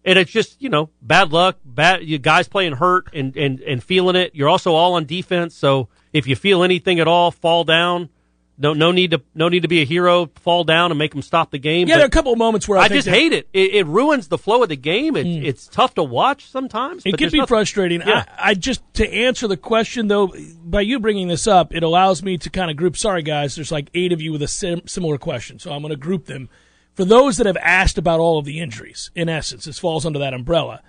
C: and it's just you know bad luck bad you guys playing hurt and and and feeling it you're also all on defense so if you feel anything at all fall down No, no need to no need to be a hero, fall down and make them stop the game. but
B: Yeah, there are a couple of moments where I,
C: I
B: think
C: just
B: that- Hmm.
C: hate it. it. It ruins the flow of the game. It, It's tough to watch sometimes.
B: It
C: but
B: can
C: there's
B: be
C: nothing-
B: frustrating.
C: Yeah.
B: I, I just to answer the question though, by you bringing this up, it allows me to kind of group. Sorry guys, there's like eight of you with a sim- similar question, so I'm going to group them. For those that have asked about all of the injuries, in essence, this falls under that umbrella.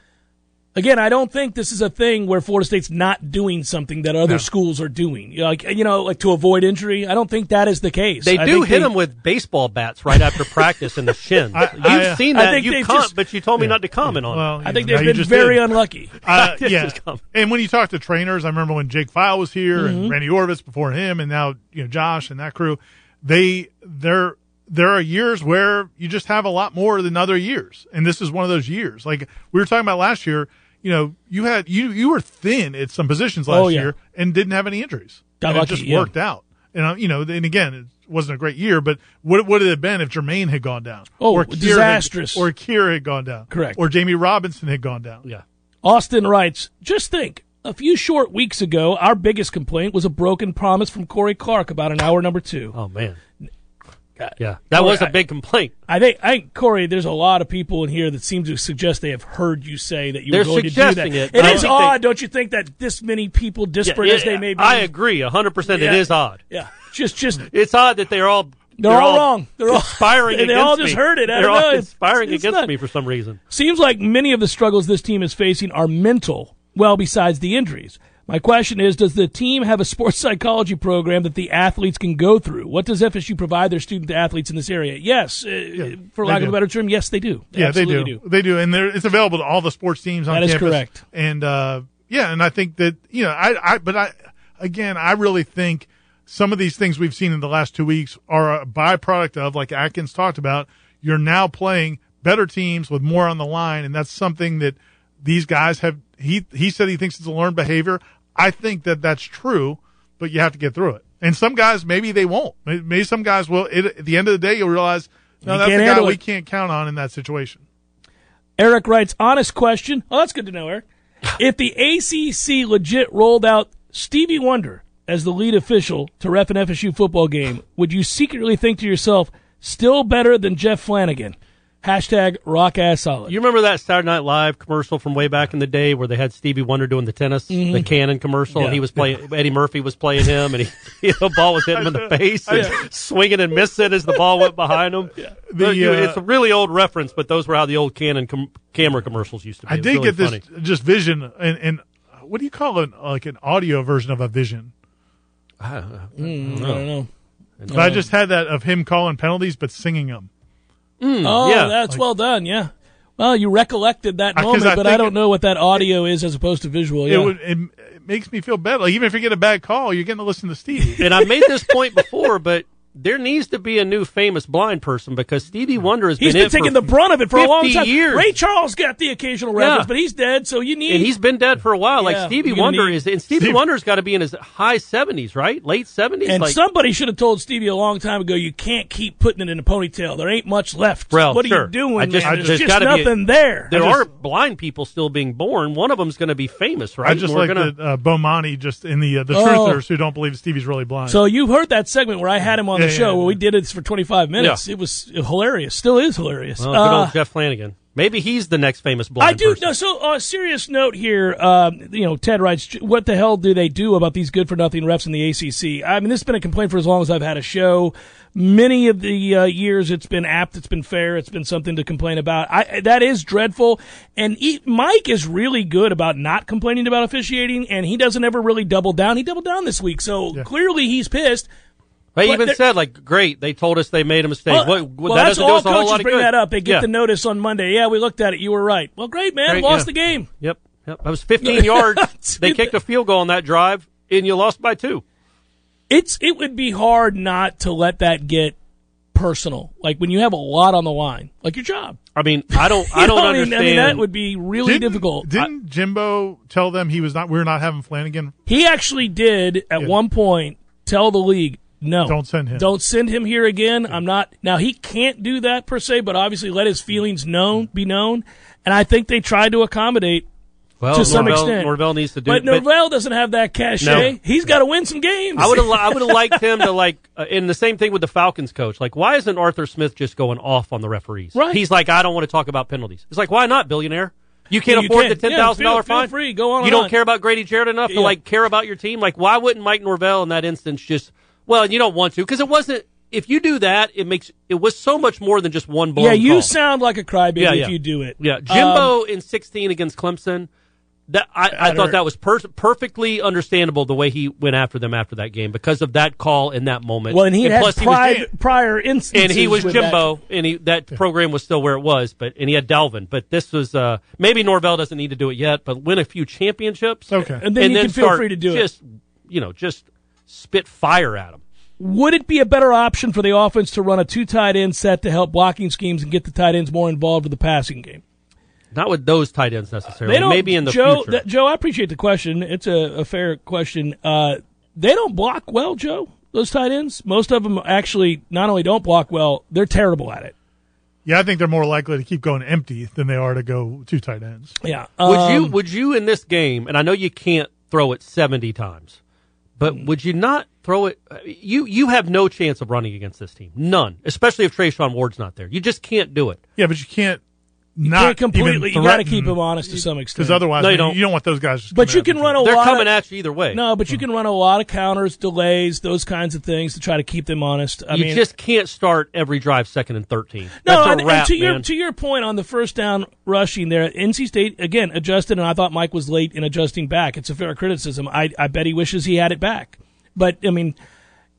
B: Again, I don't think this is a thing where Florida State's not doing something that other schools are doing. You know, Like you know, like to avoid injury. I don't think that is the case.
C: They
B: I
C: do
B: think
C: hit
B: they-
C: them with baseball bats right after practice
B: [laughs]
C: in the shin.
D: I-
C: You've
D: I, uh,
C: seen
B: I
C: that.
B: think
C: you
B: they've
C: com-
B: just-
C: but you told me not to comment on. [laughs]
D: Well,
C: it.
B: I think
D: now
B: they've
D: you
B: been
D: just
B: very
D: did.
B: unlucky.
D: [laughs] Uh,
C: This
D: yeah.
C: is coming.
D: And when you talk to trainers, I remember when Jake File was here
B: Mm-hmm.
D: and Randy Orvis before him, and now you know Josh and that crew. They there there are years where you just have a lot more than other years, and this is one of those years. Like we were talking about last year, you know, you had you you were thin at some positions last
B: Oh, yeah.
D: year and didn't have any injuries.
B: Got
D: and
B: lucky,
D: it just
B: yeah.
D: worked out. And uh, you know, and again, it wasn't a great year, but what would it have been if Jermaine had gone down?
B: Oh,
D: Kier had-
B: disastrous.
D: or Kier had gone down.
B: Correct.
D: Or Jamie Robinson had gone down.
C: Yeah.
B: Austin writes, just think, a few short weeks ago, our biggest complaint was a broken promise from Corey Clark about an hour number two.
C: Oh man. Yeah, that was a big complaint.
B: I think, I think, Corey, there's a lot of people in here that seem to suggest they have heard you say that you
C: They're
B: were going to do that.
C: suggesting it, but
B: it
C: I
B: is
C: think they-
B: odd, don't you think, that this many people, disparate
C: Yeah,
B: as they may be,
C: I agree, hundred percent. It
B: Yeah.
C: is odd.
B: Yeah, just, just,
C: It's odd that they're all
B: They're all wrong. They're all-
C: conspiring
B: [laughs] they all
C: against
B: just
C: me.
B: heard it.
C: They're
B: I don't know.
C: all
B: It's-
C: conspiring
B: it's
C: against
B: not-
C: me for some reason.
B: Seems like many of the struggles this team is facing are mental, well, besides the injuries. My question is Does the team have a sports [laughs] psychology program that the athletes can go through? What does FSU provide their student athletes in this area? Yes, uh, for lack
D: they
B: of a
D: do.
B: better term, yes, they do. They
D: Yeah,
B: absolutely
D: they do. They do, and they're, it's available to all the sports teams on
B: That is
D: campus.
B: correct.
D: And uh, yeah, and I think that you know, I, I, but I, again, I really think some of these things we've seen in the last two weeks are a byproduct of, like Atkins talked about, you're now playing better teams with more on the line, and that's something that these guys have. He he said he thinks it's a learned behavior. I think that that's true, but you have to get through it. And some guys, maybe they won't. May- Maybe some guys will. It, at the end of the day, you'll realize no,
B: You
D: that's
B: can't
D: the guy
B: handle
D: we
B: it.
D: can't count on in that situation.
B: Eric writes, honest question. Oh, that's good to
D: [laughs]
B: know, Eric. if the ACC legit rolled out Stevie Wonder as the lead official to ref an FSU
D: [laughs]
B: football game, would you secretly think to yourself, still better than Jeff Flanagan? Hashtag rock ass solid.
C: You remember that Saturday Night Live commercial from way back in the day where they had Stevie Wonder doing the tennis, the cannon commercial,
B: Mm-hmm. Yeah.
C: and he was playing. Eddie Murphy was playing him, and he, [laughs] the ball was hitting him
B: [laughs]
C: in the face, and swinging and missing as the ball went behind him.
D: The,
C: Look, you-
D: uh,
C: it's a really old reference, but those were how the old Canon com- camera commercials used to be.
D: I
C: It was
D: did
C: really
D: get this
C: funny.
D: just vision and, and what do you call an like an audio version of a vision?
B: Hmm, I don't know.
D: But I just had that of him calling penalties but singing them.
B: Oh,
C: Yeah. Uh,
B: that's well done. Yeah. Well, you recollected that
D: 'Cause
B: moment,
D: I
B: but I
D: think-
B: don't know what that audio is as opposed to visual. Oh, Yeah.
D: It would it, it makes me feel better. Like even if you get a bad call, you're getting to listen to
B: [laughs]
D: Steve.
C: and I made this point before, but there needs to be a new famous blind person because Stevie Wonder has
B: he's
C: been
B: been
C: in for-
B: taking the brunt of it for a long
C: 50
B: time.
C: years.
B: Ray Charles got the occasional reference,
C: Yeah.
B: but he's dead, so you need.
C: and he's been dead for a while.
B: Yeah,
C: like Stevie
B: you're gonna
C: Wonder
B: need-
C: is, and Stevie Wonder's got to be in his high seventies, right? Late seventies.
B: and
C: like,
B: somebody should have told Stevie a long time ago, you can't keep putting it in a ponytail. There ain't much left.
C: Well,
B: what are
C: sure.
B: you doing?
C: I just-
B: man?
C: I
B: There's
C: just-
B: just
C: gotta be a-
B: nothing there.
C: there
B: I just-
C: are blind people still being born. One of them's going to be famous, right?
D: I just
C: And we're
D: like
C: gonna-
D: that uh, Bomani just in the uh, the
B: Oh.
D: truthers who don't believe Stevie's really blind.
B: So you've heard that segment where I had him
D: Yeah,
B: on the
D: yeah,
B: show
D: yeah.
B: where we did this for 25 minutes.
C: Yeah.
B: It was hilarious. Still is hilarious.
C: Oh,
B: Uh,
C: good old Jeff Flanagan. Maybe he's the next famous blind.
B: I do.
C: person.
B: No, so on a serious note here, um, you know, Ted writes, "J- what the hell do they do about these good for nothing refs in the ACC? I mean, this has been a complaint for as long as I've had a show. Many of the uh, years it's been apt, it's been fair, it's been something to complain about. I, that is dreadful. And he, Mike is really good about not complaining about officiating, and he doesn't ever really double down. He doubled down this week, so clearly he's pissed.
C: They
B: But
C: even
B: they're-
C: said like, "Great, they told us they made a mistake."
B: Well,
C: what, what
B: Uh, well,
C: that
B: that's
C: doesn't do
B: all
C: us a whole
B: coaches
C: lot of
B: bring
C: good.
B: that up. They get
C: Yeah.
B: the notice on Monday. Yeah, we looked at it. You were right. Well, great, man.
C: Great,
B: Lost
C: yeah.
B: the game.
C: Yep, yep. That was
B: [laughs]
C: 15 yards. They
B: Dude,
C: kicked a field goal on that drive, and you lost by two.
B: it's it would be hard not to let that get personal. Like when you have a lot on the line, like
D: [laughs]
B: your job.
C: I mean, I don't, I
B: [laughs] You
C: don't
B: know, I mean,
C: understand.
B: I mean, that would be really
D: didn't,
B: difficult.
D: Didn't Jimbo tell them he was not? We are not having Flanagan.
B: he actually did at
D: Yeah.
B: one point tell the league, no,
D: Don't send him.
B: Don't send him here again. I'm not. Now he can't do that per se, but obviously let his feelings known, be known. And I think they tried to accommodate
C: Well,
B: to some
C: Norvell-
B: extent.
C: Norvell needs to do
B: but
C: it, but-
B: Norvell doesn't have that cachet.
C: No.
B: He's got to win some games.
C: I would have. I
B: [laughs]
C: would have liked him to like. Uh, and the same thing with the Falcons coach. Like, why isn't Arthur Smith just going off on the referees?
B: Right.
C: He's like, I don't want to talk about penalties. It's like, why not, billionaire? You can't
B: You
C: afford
B: can.
C: the ten
B: Yeah,
C: thousand
B: feel-
C: dollar
B: feel
C: fine.
B: free. Go on
C: You
B: and
C: don't
B: on.
C: care about Grady Jarrett enough
B: Yeah.
C: to like care about your team. Like, why wouldn't Mike Norvell in that instance just? Well, you don't want to because it wasn't. If you do that, it makes it was so much more than just one blown
B: yeah, you
C: call.
B: sound like a crybaby
C: Yeah, yeah.
B: if you do it.
C: Yeah,
B: Um,
C: Jimbo in 16 against Clemson. That I, I
B: That
C: thought
B: hurt.
C: that was per- perfectly understandable the way he went after them after that game because of that call in that moment.
B: well, and he had
C: plus
B: prior,
C: he was,
B: prior instances.
C: and he was
B: with that.
C: Jimbo, and he, that program was still where it was. But and he had Dalvin, but this was uh, maybe Norvell doesn't need to do it yet, but win a few championships.
E: Okay.
B: And then you can feel
C: start
B: free to do it.
C: just, You know, just spit fire at him.
B: Would it be a better option for the offense to run a two tight end set to help blocking schemes and get the tight ends more involved with the passing game?
C: Not with those tight ends necessarily.
B: They don't,
C: maybe in the
B: Joe,
C: future.
B: that- Joe, I appreciate the question. It's a, a fair question. Uh, they don't block well, Joe. Those tight ends, most of them actually not only don't block well, they're terrible at it.
E: Yeah, I think they're more likely to keep going empty than they are to go two tight ends.
B: Yeah.
C: Would you
B: Um,
C: would you in this game? And I know you can't throw it seventy times, but
B: Hmm.
C: would you not throw it? uh, You you have no chance of running against this team, none. Especially if Trayshawn Ward's not there, you just can't do it.
E: Yeah, but you can't not
B: can't completely? You got to keep them honest to some extent.
E: because otherwise
C: No, you
E: you,
C: don't.
E: don't. want those guys. just
B: but
E: coming
B: you can
E: after
B: run a
C: They're
B: lot.
C: coming
B: of,
C: at you either way.
B: No, but you can run a lot of counters, delays, those kinds of things to try to keep them honest. I
C: you
B: mean,
C: just can't start every drive second and thirteen.
B: no,
C: That's a
B: and, and
C: wrap,
B: to your
C: man.
B: to your point on the first down rushing there, NC State again adjusted, and I thought Mike was late in adjusting back. It's a fair criticism. I I bet he wishes he had it back, but I mean,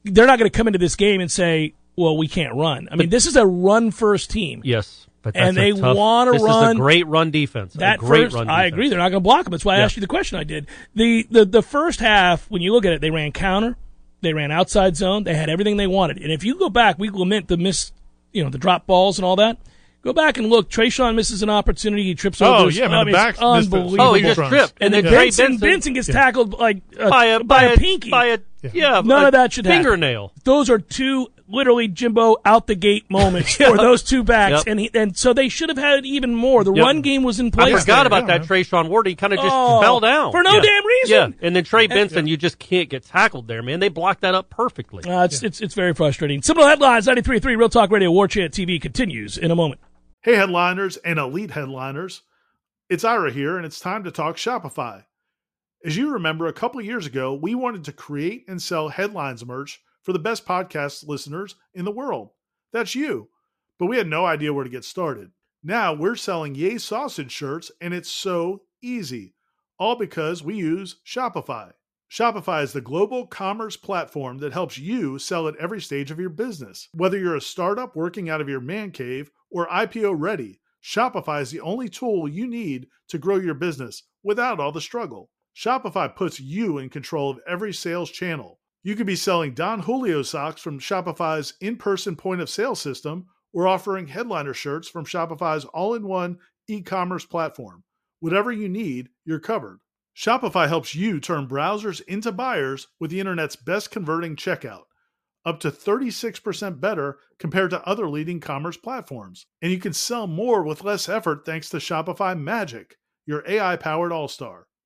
B: they're not going to come into this game and say, "Well, we can't run." I mean, this is a run first team.
C: yes, but that's
B: And
C: a
B: they
C: tough-
B: wanna
C: This is
B: run-
C: a great run defense.
B: that
C: a great
B: first,
C: run.
B: I
C: defense.
B: agree. They're not going to block them. That's why I
C: Yeah.
B: asked you the question. I did the, the the first half. When you look at it, they ran counter, they ran outside zone, they had everything they wanted. And if you go back, we lament the miss, you know, the drop balls and all that. Go back and look. Trayshawn misses an opportunity. He trips
E: Oh,
B: over. his-
E: yeah, man,
B: I
E: the
B: mean, it's
E: back missed it.
B: unbelievable.
C: Oh, he
E: People
C: just
E: runs.
C: tripped, and
B: and
C: then
B: then
C: Trey
B: Benson, Benson gets tackled like uh,
C: by a
B: by
C: by
B: a pinky.
C: by a yeah.
B: None
C: a
B: of that should happen.
C: fingernail.
B: Those are two literally Jimbo out the gate
C: [laughs]
B: moments for those two backs,
C: Yep.
B: and he, and so they should have had even more. The
C: Yep.
B: run game was in
C: I
B: place.
C: forgot
B: there.
C: about that Trayshawn Ward. He kind of just
B: Oh,
C: fell down
B: for no damn reason.
C: Yeah, and then Trey Benson, you just can't get tackled there, man. They blocked that up perfectly.
B: Uh, it's, it's, it's very frustrating. Seminole Headlines, 93.3 Real Talk Radio, War Chant TV continues in a moment.
D: Hey, headliners and elite headliners. It's Ira here, and it's time to talk Shopify. As you remember, a couple years ago, we wanted to create and sell headlines merch for the best podcast listeners in the world. That's you. But we had no idea where to get started. Now we're selling Yay Sausage shirts, and it's so easy, all because we use Shopify. Shopify is the global commerce platform that helps you sell at every stage of your business. Whether you're a startup working out of your man cave or IPO ready, Shopify is the only tool you need to grow your business without all the struggle. Shopify puts you in control of every sales channel. You could be selling Don Julio socks from Shopify's in person point of sale system or offering headliner shirts from Shopify's all in one e commerce platform. Whatever you need, you're covered. Shopify helps you turn browsers into buyers with the internet's best converting checkout, up to 36% better compared to other leading commerce platforms. And you can sell more with less effort thanks to Shopify Magic, your AI powered all star.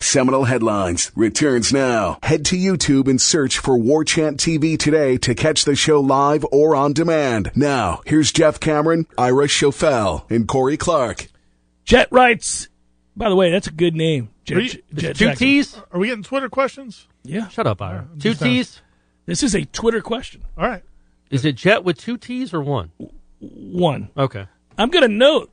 A: Seminole Headlines returns now. Head to YouTube and search for War Chant TV today to catch the show live or on demand. Now, here's Jeff Cameron, Ira Schofel, and Corey Clark.
B: Jet Wrights. By the way, that's a good name. Jet,
E: Are you-
B: Jet
C: Two
B: Jackson. Uh,
C: T's.
E: Are we getting Twitter questions?
B: Yeah.
C: Shut up, Ira. Two
E: just asking.
C: T's.
B: This is a Twitter question.
E: All right.
C: Is it Jet with two T's or one?
B: One.
C: Okay.
B: I'm going to note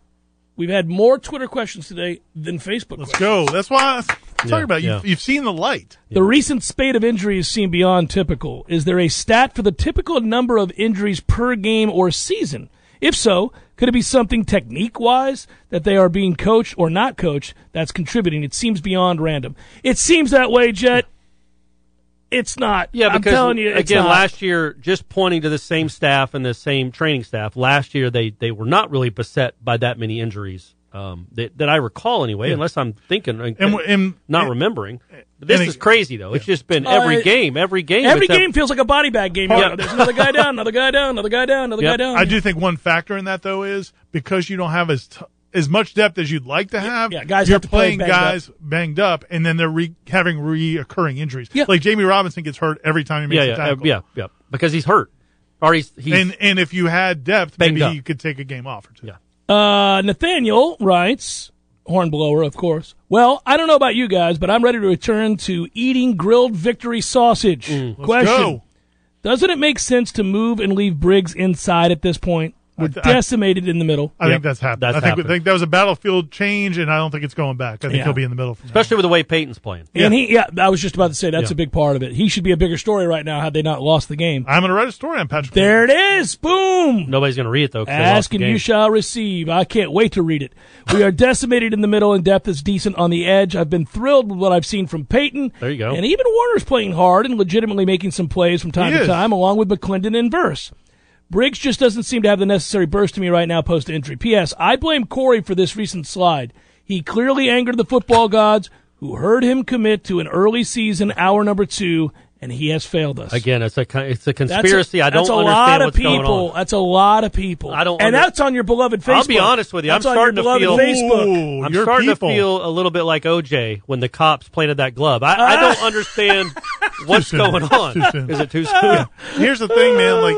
B: we've had more Twitter questions today than Facebook
E: Let's
B: questions.
E: go. That's why I was talking
C: Yeah,
E: about. You've,
C: yeah.
E: you've seen the light.
B: The recent spate of injuries seem beyond typical. Is there a stat for the typical number of injuries per game or season? If so, Could it be something technique wise that they are being coached or not coached that's contributing? It seems beyond random. It seems that way, Jet. It's not.
C: Yeah,
B: I'm
C: because
B: telling you, it's
C: again,
B: not.
C: last year, just pointing to the same staff and the same training staff, last year they, they were not really beset by that many injuries um, that, that I recall anyway, unless I'm thinking and,
D: And w- and-
C: not
D: and-
C: remembering. This
D: and-
C: is crazy though. It's just been
B: Uh,
C: every game, every game,
B: every
C: it's a-
B: game feels like a body bag game.
C: Yeah.
B: There's another guy down, another guy down, another guy down, another
C: Yep.
B: guy down.
D: I do think one factor in that though is because you don't have as t- as much depth as you'd like to have.
B: yeah, guys
D: you're
B: have to play
D: playing
B: banged
D: guys banged up, and then they're re- having reoccurring injuries.
B: Yeah.
D: Like Jamie Robinson gets hurt every time he makes
C: yeah,
D: a
C: yeah, uh,
D: tackle.
C: yeah, yeah, because he's hurt or he's he's
D: and and if you had depth,
C: Banged
D: maybe
C: up.
D: you could take a game off or two.
C: Yeah.
B: Uh, Nathaniel writes, hornblower, of course. Well, I don't know about you guys, but I'm ready to return to eating grilled victory sausage. Question:
D: Mm, go.
B: Doesn't it make sense to move and leave Briggs inside at this point? We're
D: th- I-
B: decimated in the middle.
D: I
C: Yep,
D: think that's happened.
C: that's
D: I think,
C: happened.
D: I think that was a battlefield change, and I don't think it's going back. I think
B: Yeah.
D: he'll be in the middle. From now on.
C: especially with the way Peyton's playing.
B: And he, yeah, I was just about to say that's
C: Yeah.
B: a big part of it. He should be a bigger story right now had they not lost the game.
D: I'm going to write a story on Patrick.
B: There it is. Boom.
C: Nobody's going to read it though. 'cause they lost
B: Ask
C: the
B: and
C: game.
B: you shall receive. I can't wait to read it. We are decimated in the middle and depth is decent on the edge. I've been thrilled with what I've seen from Peyton.
C: There you go.
B: And even Warner's playing hard and legitimately making some plays from time
D: He
B: to
D: is.
B: time, along with McClendon and Verse. Briggs just doesn't seem to have the necessary burst to me right now post injury. P.S. I blame Corey for this recent slide. He clearly angered the football gods who heard him commit to an early season hour number two, and he has failed us.
C: Again, it's a con- it's a
B: That's a-
C: conspiracy. I I don't
B: that's a
C: understand
B: lot of
C: what's
B: people.
C: going on.
B: That's a lot of people.
C: I don't
B: And
C: under-
B: that's on your beloved Facebook.
C: I'll be honest with you, I'm
B: That's on your
C: starting to
B: beloved
C: feel-
B: Facebook.
D: Ooh,
C: I'm
D: your
C: starting
D: people.
C: to feel a little bit like OJ when the cops planted that glove. I, I
B: [laughs]
C: don't understand what's
D: soon.
C: going on.
D: Too soon.
C: Is it too soon?
D: Here's the thing, man.
C: [laughs]
D: Like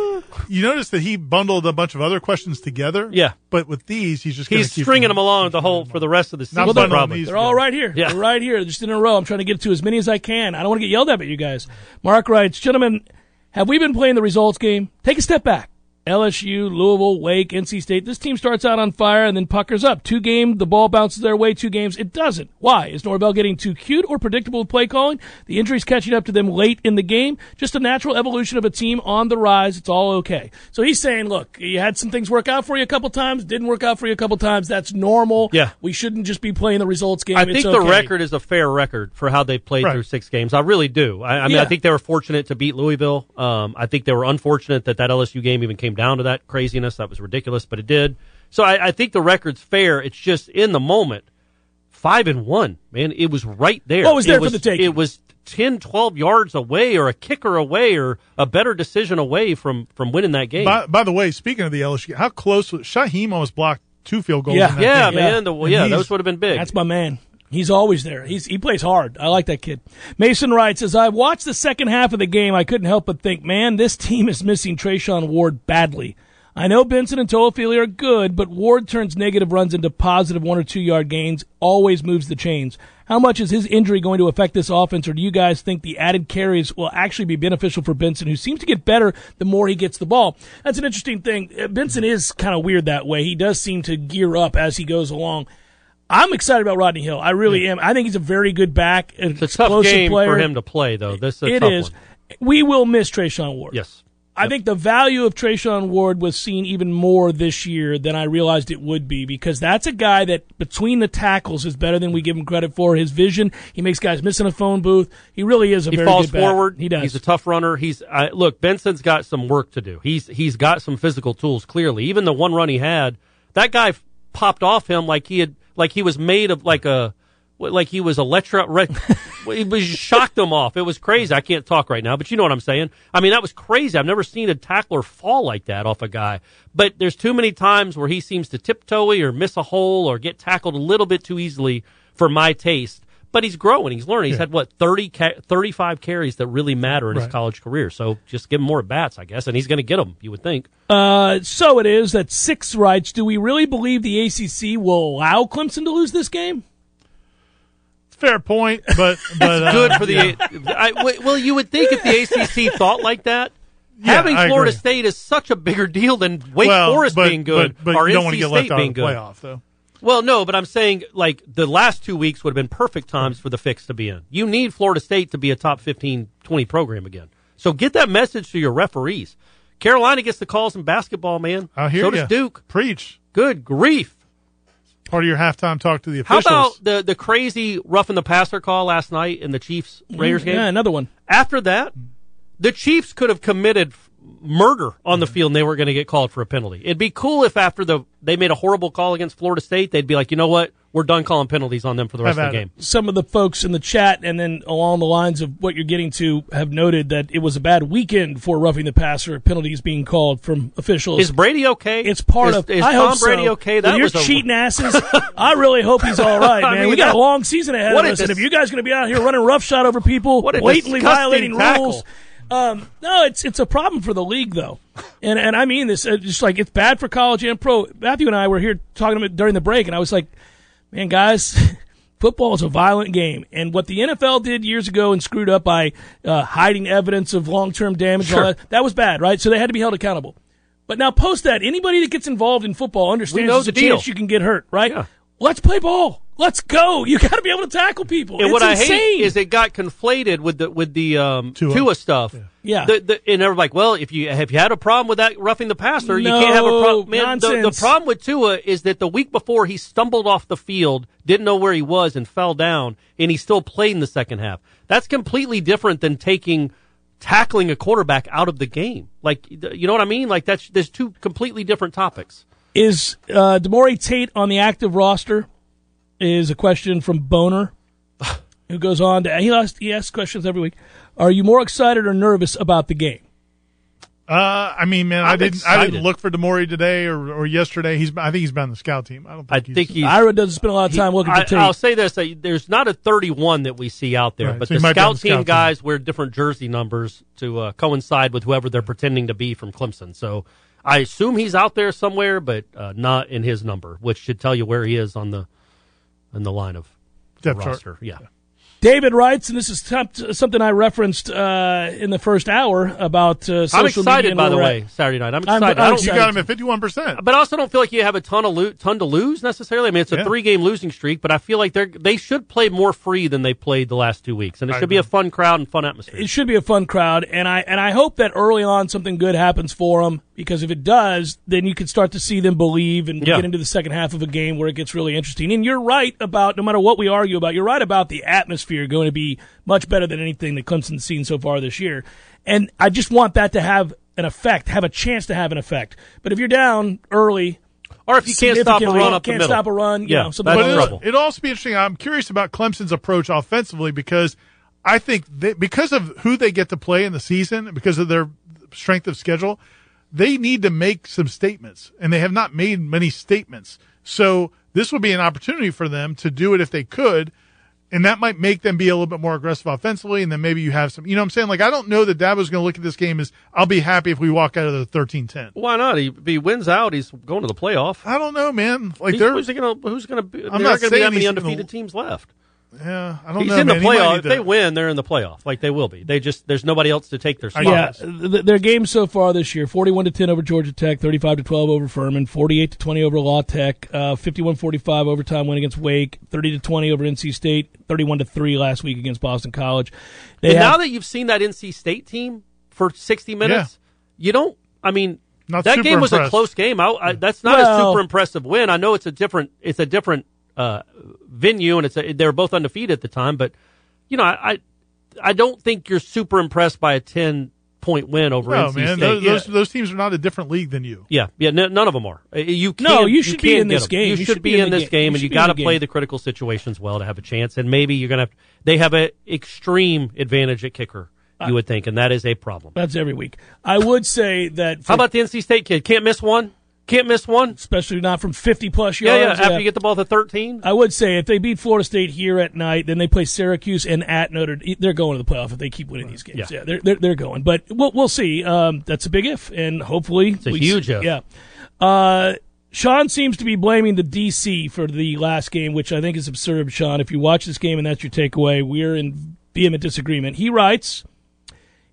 D: you notice that he bundled a bunch of other questions together.
C: Yeah.
D: but with these, he's just gonna
C: He's
D: keep
C: stringing them along the whole for the rest of the season.
D: Not bundling
C: probably.
D: these
B: They're all right here.
C: Yeah.
B: They're right here, just in a row. I'm trying to get to as many as I can. I don't want to get yelled at by you guys. Mark writes, gentlemen, have we been playing the results game? Take a step back. LSU, Louisville, Wake, NC State. This team starts out on fire and then puckers up. Two game, the ball bounces their way. Two games, it doesn't. Why? Is Norvell getting too cute or predictable with play calling? The injuries catching up to them late in the game. Just a natural evolution of a team on the rise. It's all okay. So he's saying, look, you had some things work out for you a couple times, didn't work out for you a couple times. That's normal.
C: Yeah.
B: We shouldn't just be playing the results game.
C: I
B: It's
C: think the
B: okay.
C: record is a fair record for how they played
D: Right.
C: through six games. I really do. I, I mean,
B: Yeah.
C: I think they were fortunate to beat Louisville. Um, I think they were unfortunate that that LSU game even came down to that craziness. That was ridiculous, but it did. So I, I think the record's fair. It's just in the moment, five and one, man. It was right there.
B: What was there
C: it
B: for the taking?
C: It was 10, 12 yards away, or a kicker away, or a better decision away from from winning that game.
D: By, by the way, speaking of the LSU, how close was Shaheem almost blocked two field goals?
B: Yeah.
D: in that
C: yeah,
D: game.
C: man. The,
D: And
C: yeah,
D: he's-
C: those would have been big.
B: That's my man. He's always there. He's, he plays hard. I like that kid. Mason writes, as I watched the second half of the game, I couldn't help but think, man, this team is missing Trayshawn Ward badly. I know Benson and Toafili are good, but Ward turns negative runs into positive one or two yard gains, always moves the chains. How much is his injury going to affect this offense, or do you guys think the added carries will actually be beneficial for Benson, who seems to get better the more he gets the ball? That's an interesting thing. Uh, Benson is kind of weird that way. He does seem to gear up as he goes along. I'm excited about Rodney Hill. I really am. I think he's a very good back, an
C: it's a tough
B: explosive
C: game
B: player.
C: for him to play, though. This is a
B: It
C: tough
B: is.
C: one.
B: We will miss Trayshawn Ward.
C: Yes.
B: I think the value of Trayshawn Ward was seen even more this year than I realized it would be because that's a guy that between the tackles is better than we give him credit for. His vision, he makes guys miss in a phone booth. He really is a
C: he
B: very
C: falls
B: good back.
C: forward.
B: He does.
C: He's a tough runner. He's I, look. Benson's got some work to do. He's he's got some physical tools. Clearly, even the one run he had, that guy f- popped off him like he had like he was made of like a like he was electro. Re- [laughs] he was shocked him off. It was crazy. I can't talk right now, but you know what I'm saying. I mean, that was crazy. I've never seen a tackler fall like that off a guy. But there's too many times where he seems to tiptoey or miss a hole or get tackled a little bit too easily for my taste but he's growing. He's learning. He's had what 30 ca- 35 carries that really matter in his college career. So just give him more bats, I guess, and he's going to get them. You would think.
B: Uh, so it is that six rights. Do we really believe the ACC will allow Clemson to lose this game?
D: it's a fair point,
C: [laughs]
D: but but uh,
C: Good for the.
D: yeah.
C: I, w- well, you would think if
D: [laughs]
C: the ACC thought like that.
D: Yeah,
C: Having
D: I
C: Florida
D: agree.
C: State is such a bigger deal than Wake
D: Well,
C: Forest
D: but-
C: being good
D: but, but
C: or
D: you
C: NC
D: don't want to get
C: State
D: left out
C: being
D: of the
C: good.
D: playoff though.
C: Well, no, but I'm saying like the last two weeks would have been perfect times for the fix to be in. You need Florida State to be a top 15, 20 program again. So get that message to your referees. Carolina gets the calls in basketball, man.
D: I hear
C: so
D: ya.
C: does Duke.
D: Preach.
C: Good grief.
D: Part of your halftime talk to the
C: How
D: officials.
C: about the, the crazy roughing the passer call last night in the Chiefs Raiders game?
B: Yeah, another one.
C: After that, the Chiefs could have committed f- murder on the field and they weren't going to get called for a penalty. It'd be cool if after the they made a horrible call against Florida State, they'd be like, you know what? We're done calling penalties on them for the rest
D: Have
C: of the
D: at it.
C: game.
B: Some of the folks in the chat and then along the lines of what you're getting to have noted that it was a bad weekend for roughing the passer, penalties being called from officials.
C: Is Brady okay?
B: It's part
C: Is-
B: of.
C: Is
B: I
C: Tom
B: hope
C: Brady
B: so.
C: okay?
B: When
C: That
B: you're
C: was a- [laughs]
B: cheating asses. I really hope he's all right,
C: I
B: man.
C: mean,
B: we got
C: that-
B: a long season ahead
C: what
B: of
C: a
B: us, and if
C: dis-
B: you guys are going to be out here running roughshod over people,
C: What a
B: blatantly
C: disgusting
B: violating
C: tackle.
B: rules, um, no, it's it's a problem for the league though, and and I mean this. uh, Just like it's bad for college and pro. Matthew and I were here talking about during the break, and I was like, man, guys. [laughs] Football is a violent game, and what the NFL did years ago and screwed up by uh, hiding evidence of long-term damage, and all
C: Sure.
B: that, that was bad, right? So they had to be held accountable. But now, post that, anybody that gets involved in football
C: We
B: understands
C: know
B: there's
C: the
B: a
C: deal.
B: chance you can get hurt, right?
C: Yeah.
B: Let's play ball. Let's go. You got to be able to tackle people.
C: And
B: it's
C: what
B: insane.
C: I hate is it got conflated with the with the um, Tua.
D: Tua.
C: stuff.
B: Yeah.
C: The, the, and everybody's like, well, if you have you had a problem with that roughing the passer, you can't have a problem.
B: No,
C: Man, the, the
B: nonsense.
C: problem with Tua is that the week before he stumbled off the field, didn't know where he was, and fell down, and he still played in the second half. That's completely different than taking tackling a quarterback out of the game. Like, you know what I mean? Like that's there's two completely different topics.
B: Is uh, Demore Tate on the active roster? Is a question from
C: [sighs]
B: Boner, who goes on to he asked he asks questions every week. Are you more excited or nervous about the game?
D: Uh, I mean, man, I'm I
C: I'm
D: did not I
C: excited.
D: didn't look for Demore today or, or yesterday. He's I think he's been on the scout team. I don't.
C: I
D: Think he's,
C: think he's.
B: Ira doesn't spend a lot of
C: He-
B: time looking
C: I,
B: for Tate.
C: I'll say this: uh, there's not a 31 that we see out there,
D: Right,
C: but
D: so
C: the
D: he might be on
C: scout
D: the
C: team
D: scout team.
C: guys wear different jersey numbers to uh, coincide with whoever they're pretending to be from Clemson. So I assume he's out there somewhere, but uh, not in his number, which should tell you where he is on the in the line of
D: depth chart.
C: roster. Yeah.
B: David writes, and this is temp- something I referenced uh, in the first hour about uh, social
C: I'm
B: media
C: excited,
B: and
C: by
B: where
C: the
B: we're at.
C: way. Saturday night, I'm excited.
B: I'm- I'm
C: I don't-
D: You
B: excited.
D: got him at fifty-one percent.
C: but I also don't feel like you have a ton of lo- ton to lose necessarily. I mean, it's a
D: Yeah.
C: three game losing streak, but I feel like they they should play more free than they played the last two weeks, and it
D: I
C: should be a
D: agree.
C: fun crowd and fun atmosphere.
B: it should be a fun crowd, and I and I hope that early on something good happens for them because if it does, then you can start to see them believe and
C: Yeah.
B: get into the second half of a game where it gets really interesting. And you're right about no matter what we argue about, you're right about the atmosphere going to be much better than anything that Clemson's seen so far this year. And I just want that to have an effect, have a chance to have an effect. But if you're down early,
C: Or if you can't stop a
B: Significantly,
C: run up the
B: can't
C: middle.
B: stop a run, you
C: yeah,
B: know, something
C: that's
B: like
D: But
B: that.
C: trouble.
D: it'll, it'll also be interesting. I'm curious about Clemson's approach offensively because I think they, because of who they get to play in the season, because of their strength of schedule, they need to make some statements, and they have not made many statements. So this would be an opportunity for them to do it if they could, and that might make them be a little bit more aggressive offensively. And then maybe you have some, you know, what I'm saying like I don't know that Dabo's going to look at this game as I'll be happy if we walk out of the 13-10.
C: Why not? He, if he wins out, he's going to the playoff.
D: I don't know, man. Like
C: He's-
D: they're,
C: who's going to? Who's going to? There
D: I'm
C: aren't
D: not
C: going to be
D: saying
C: that many
D: he's in the-
C: undefeated teams left.
D: yeah, I don't
C: He's
D: know.
C: in the
D: man. He might
C: playoff.
D: need
C: If
D: to-
C: they win, they're in the playoff. Like they will be. They just there's nobody else to take their spot.
B: Yeah,
D: Yes.
B: th- their games so far this year: forty-one to ten over Georgia Tech, thirty-five to twelve over Furman, forty-eight to twenty over Law Tech, uh, fifty-one forty-five overtime win against Wake, thirty to twenty over NC State, thirty-one to three last week against Boston College. They
C: And
B: have-
C: now that you've seen that NC State team for 60 minutes, you don't. I mean,
D: Not
C: that
D: super
C: game was a
D: impressed.
C: close game. I, I, that's not a
B: Well-
C: super impressive win. I know it's a different. It's a different uh, venue, and it's a, they were both undefeated at the time. But you know, I I, I don't think you're super impressed by a 10 point win over
D: No,
C: NC
D: man,
C: State.
D: those,
C: yeah.
D: those, those teams are not a different league than you.
C: Yeah, yeah, no, none of them are. Uh, You can,
B: No, you should be
C: can
B: in
C: get
B: this
C: 'em.
B: game.
C: You, should, be in
B: the
C: this
B: game. You
C: game, and
B: should
C: you
B: be in
C: got to
B: the
C: play
B: game.
C: the critical situations well to have a chance. And maybe you're gonna have. They have an extreme advantage at kicker, you would think, and that is a problem.
B: that's every week. I would say that, for,
C: How about the NC State kid? Can't miss one. Can't miss one.
B: especially not from fifty-plus
C: Yeah,
B: yards. Uh,
C: yeah. After you get the ball to 13,
B: I would say if they beat Florida State here at night, then they play Syracuse and at Notre. Dame. They're going to the playoff if they keep winning these games.
C: Yeah.
B: Yeah, they're, they're they're going, but we'll we'll see. Um, that's a big if, and hopefully it's
C: a huge if.
B: Yeah. Uh, Sean seems to be blaming the DC for the last game, which I think is absurd. Sean, if you watch this game and that's your takeaway, we're in vehement disagreement. He writes.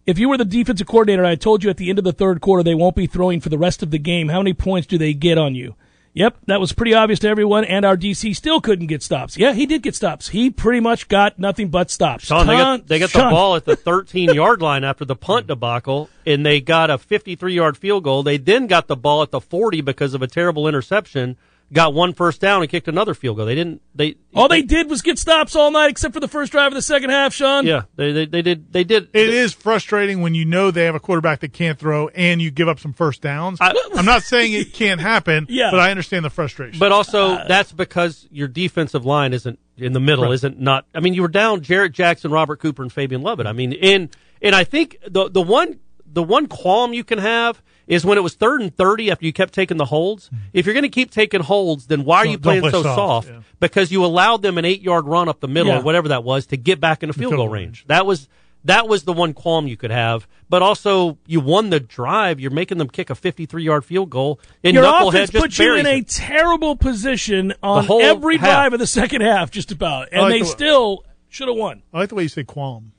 B: If you were the defensive coordinator, I told you at the end of the third quarter they won't be throwing for the rest of the game. How many points do they get on you? Yep, that was pretty obvious to everyone, and our DC still couldn't get stops. Yeah, he did get stops. He pretty much got nothing but stops.
C: Sean, they
B: Ton-
C: got, they got the
B: Sean,
C: ball at
B: [laughs]
C: the 13 yard line after the punt debacle, and they got a 53 yard field goal. They then got the ball at the 40 because of a terrible interception, got one first down, and kicked another field goal. They didn't. They
B: All they did was get stops all night, except for the first drive of the second half. Sean,
C: yeah they they, they did they did.
D: It is frustrating when you know they have a quarterback that can't throw and you give up some first downs. I, am not saying it
C: [laughs]
D: can't happen,
B: Yeah.
D: but I understand the frustration.
C: But also, that's because your defensive line isn't in the middle, isn't not. I mean, you were down Jarrett Jackson, Robert Cooper, and Fabian Lovett. I mean, and and I think the the one the one qualm you can have is when it was third and thirty after you kept taking the holds. If you're going to keep taking holds, then why are you
D: Don't-
C: playing
D: don't play
C: so
D: soft,
C: soft?
D: yeah.
C: Because you allowed them an eight yard run up the middle
B: Yeah.
C: or whatever that was to get back into field
D: field
C: goal
D: goal
C: range. That was. That was the one qualm you could have, but also you won the drive. You're making them kick a 53 yard field goal, and
B: your
C: knucklehead
B: offense
C: just
B: put you
C: buries
B: in
C: it.
B: a terrible position on
C: whole
B: every
C: half.
B: drive of the second half, just about, and
D: like
B: they
D: the-
B: still should have won.
D: I like the way you say qualm.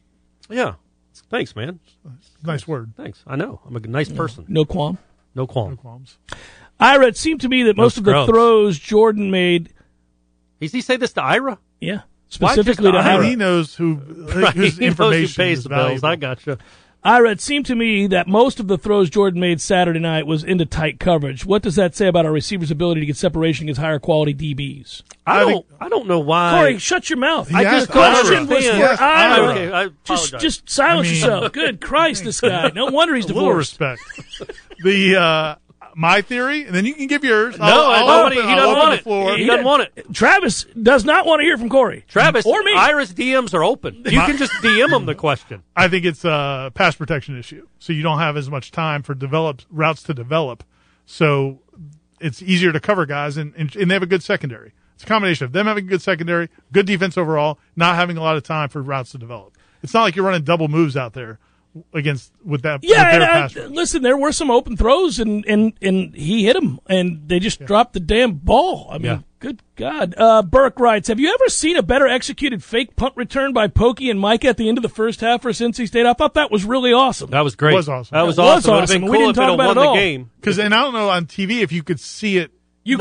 C: Yeah. Thanks, man.
D: Nice word.
C: Thanks. I know. I'm a nice person.
B: No qualm.
C: No qualm.
D: Qualms.
B: Ira, it seemed to me that most of the
C: scrubs.
B: throws Jordan made,
C: Does he say this to [laughs] Ira?
B: yeah,
C: Why just
B: specifically to
C: Ira?
B: Ira.
D: He
C: [laughs]
D: knows who whose
C: he knows who
D: information
C: pays
D: is
C: the bills.
D: valuable.
C: I gotcha.
B: Ira, it seemed to me that most of the throws Jordan made Saturday night was into tight coverage. What does that say about our receiver's ability to get separation against higher quality DBs?
C: I
D: I
C: don't.
D: think-
C: I don't know why.
B: Corey, shut your mouth.
D: He
B: I
D: asked
B: just
D: Ira.
B: question was
C: He
B: for
C: asked
B: Ira.
D: Ira.
C: Okay, I
B: just,
C: apologize.
B: just silence
D: I mean-
C: [laughs]
B: yourself. Good Christ, this guy. No wonder he's
D: A little
B: divorced.
D: respect. the uh, my theory, and then you can give yours. No,
C: I
D: I'll,
C: don't
D: I'll
C: want
D: open,
C: it. He
D: I'll
C: doesn't
D: open
C: want
D: the
C: it.
D: floor.
C: He doesn't want it.
B: Travis does not want to hear from Corey.
C: Travis
B: or me.
C: Ira's DMs are
B: [laughs]
C: open. You can just DM him the question.
D: I think it's a pass protection issue. So you don't have as much time for develop routes to develop. So it's easier to cover guys, and, and, and they have a good secondary. It's a combination of them having a good secondary, good defense overall, not having a lot of time for routes to develop. It's not like you're running double moves out there against with that. with
B: Yeah,
D: their
B: and I-
D: pass rush.
B: listen, there were some open throws, and and and he hit him, and they just dropped the damn ball. I mean,
C: Yeah.
B: good God. Uh, Burke writes, "Have you ever seen a better executed fake punt return by Pokey and Mike at the end of the first half for Cincy State? I thought that was really awesome.
C: That was great.
D: Was awesome.
C: That was
B: That was
C: awesome. It would have
B: awesome.
C: been
B: We
C: cool
B: didn't
C: if
B: talk
C: it had
B: about
C: won
B: it
C: the
B: all.
C: game.
D: Because and I don't know on TV if you could see it.
B: You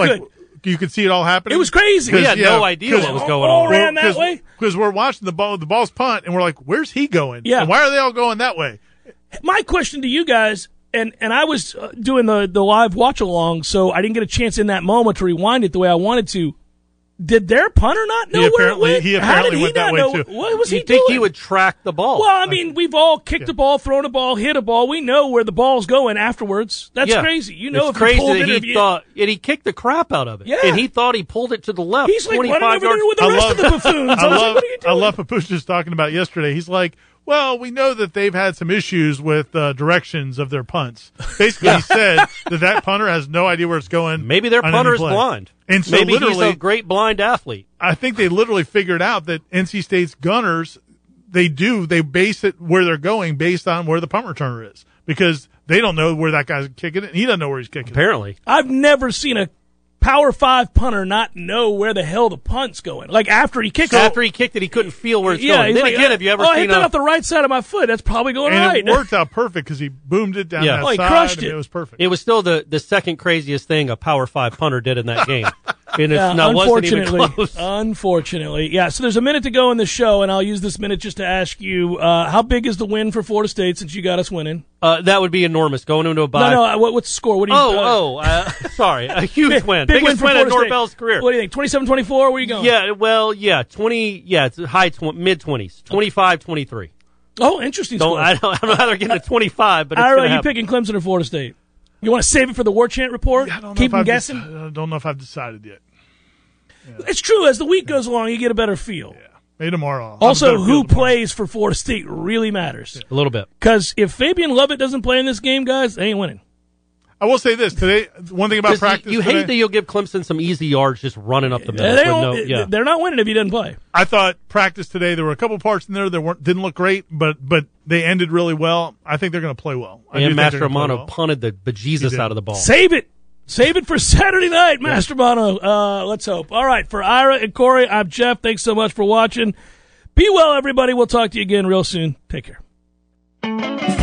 D: You could see it all happening.
B: It was crazy.
C: We
B: Yeah,
C: had no idea what was going
B: all
C: on.
B: ran that way.
D: Because we're watching the ball. The ball's punt, and we're like, "Where's he going?
B: Yeah.
D: And why are they all going that way?
B: My question to you guys." And, and I was uh, doing the, the live watch along, so I didn't get a chance in that moment to rewind it the way I wanted to. Did their punter not know
D: he
B: where it
D: apparently
B: went?
D: he
B: How did
D: apparently
B: he
D: went
B: not
D: that way
B: know?
D: too.
B: What was
C: you
B: he
C: think
B: doing?
C: he would track the ball?
B: Well, I mean, we've all kicked a ball, thrown a ball, hit a ball. We know where the ball's going afterwards. That's
C: Yeah.
B: crazy. You
C: it's
B: know, if you
C: crazy
B: pulled
C: that
B: it, if
C: he
B: you-
C: thought, and he kicked the crap out of it.
B: Yeah.
C: and he thought he pulled it to the left.
B: he's like running
C: 25
B: over
C: yards.
B: there with the
D: I
B: rest
D: love-
B: of the buffoons.
D: I
B: I, was like,
D: love
B: what are you
D: I
B: doing?
D: love Papoose just talking about yesterday. He's like, "Well, we know that they've had some issues with uh, directions of their punts."
C: [laughs]
D: Basically, he said that that punter has no idea where it's going.
C: Maybe their
D: on any
C: punter is
D: play.
C: blind.
D: and so
C: Maybe
D: literally
C: he's a great blind athlete.
D: I think they literally figured out that NC State's gunners, they do, they base it where they're going based on where the punt returner is because they don't know where that guy's kicking it and he doesn't know where he's kicking it.
C: Apparently,
B: I've never seen a Power Five punter not know where the hell the punt's going. Like after he kicks, it.
C: after he kicked it, he couldn't feel where it's
B: yeah,
C: going.
B: he's
C: Then
B: like,
C: again, have you ever
B: oh, I hit
C: seen uh,
B: that
C: a?
B: off the right side of my foot? That's probably going
D: And
B: right.
D: it worked out perfect because he boomed it down
C: Yeah.
D: that
C: Oh,
B: he
D: side
B: crushed
D: and
B: it.
D: it was perfect.
C: it was still the the second craziest thing a power five punter did in
B: [laughs]
C: that game, and it's
B: Yeah,
C: not wasn't even
B: unfortunately, Uh,
C: close.
B: unfortunately, yeah. So there's a minute to go in the show, and I'll use this minute just to ask you: uh, How big is the win for Florida State since you got us winning?
C: Uh, that would be enormous going into a bye.
B: No, no. What, what's the score? What do you?
C: oh,
B: uh,
C: oh, uh, [laughs] sorry,
B: [laughs]
C: a huge
B: big,
C: win,
B: big win
C: biggest
B: for
C: in
B: Florida State.
C: Norvell's career.
B: What do you think? 27-24, Where are you going?
C: yeah, well, yeah, twenty, yeah, it's high tw- mid twenties, 25, 23.
B: Oh, interesting.
C: Don't
B: score.
C: I don't, I don't know how they're getting to twenty five, but it's
B: Ira,
C: gonna
B: you
C: happen.
B: picking Clemson or Florida State? You want to save it for the war chant report?
D: I don't know
B: Keep
D: if
B: them
D: I've de-
B: guessing.
D: I don't know if I've decided yet.
B: It's true. As the week goes along, you get a better feel.
D: Maybe tomorrow. I'll have a
B: Also,
D: better feel
B: who
D: tomorrow.
B: plays for Florida State really matters.
C: a little bit.
B: Because if Fabian Lovett doesn't play in this game, guys, they ain't winning.
D: I will say this today. One thing about
C: 'Cause
D: practice,
C: you, you
D: today,
C: hate that you'll give Clemson some easy yards just running up the middle.
B: they
C: with
B: don't,
C: no- yeah.
B: They're not winning if he doesn't play.
D: I thought practice today. There were a couple parts in there that weren't didn't look great, but but they ended really well. I think they're going to play well. I
C: and
D: do think they're
C: Master
D: gonna play
C: Amano
D: well.
C: punted the bejesus out of
B: [laughs]
C: the ball.
B: Save it. Save it for Saturday night, Master Bono. Uh, let's hope. All right, for Ira and Corey, I'm Jeff. Thanks so much for watching. Be well, everybody. We'll talk to you again real soon. Take care.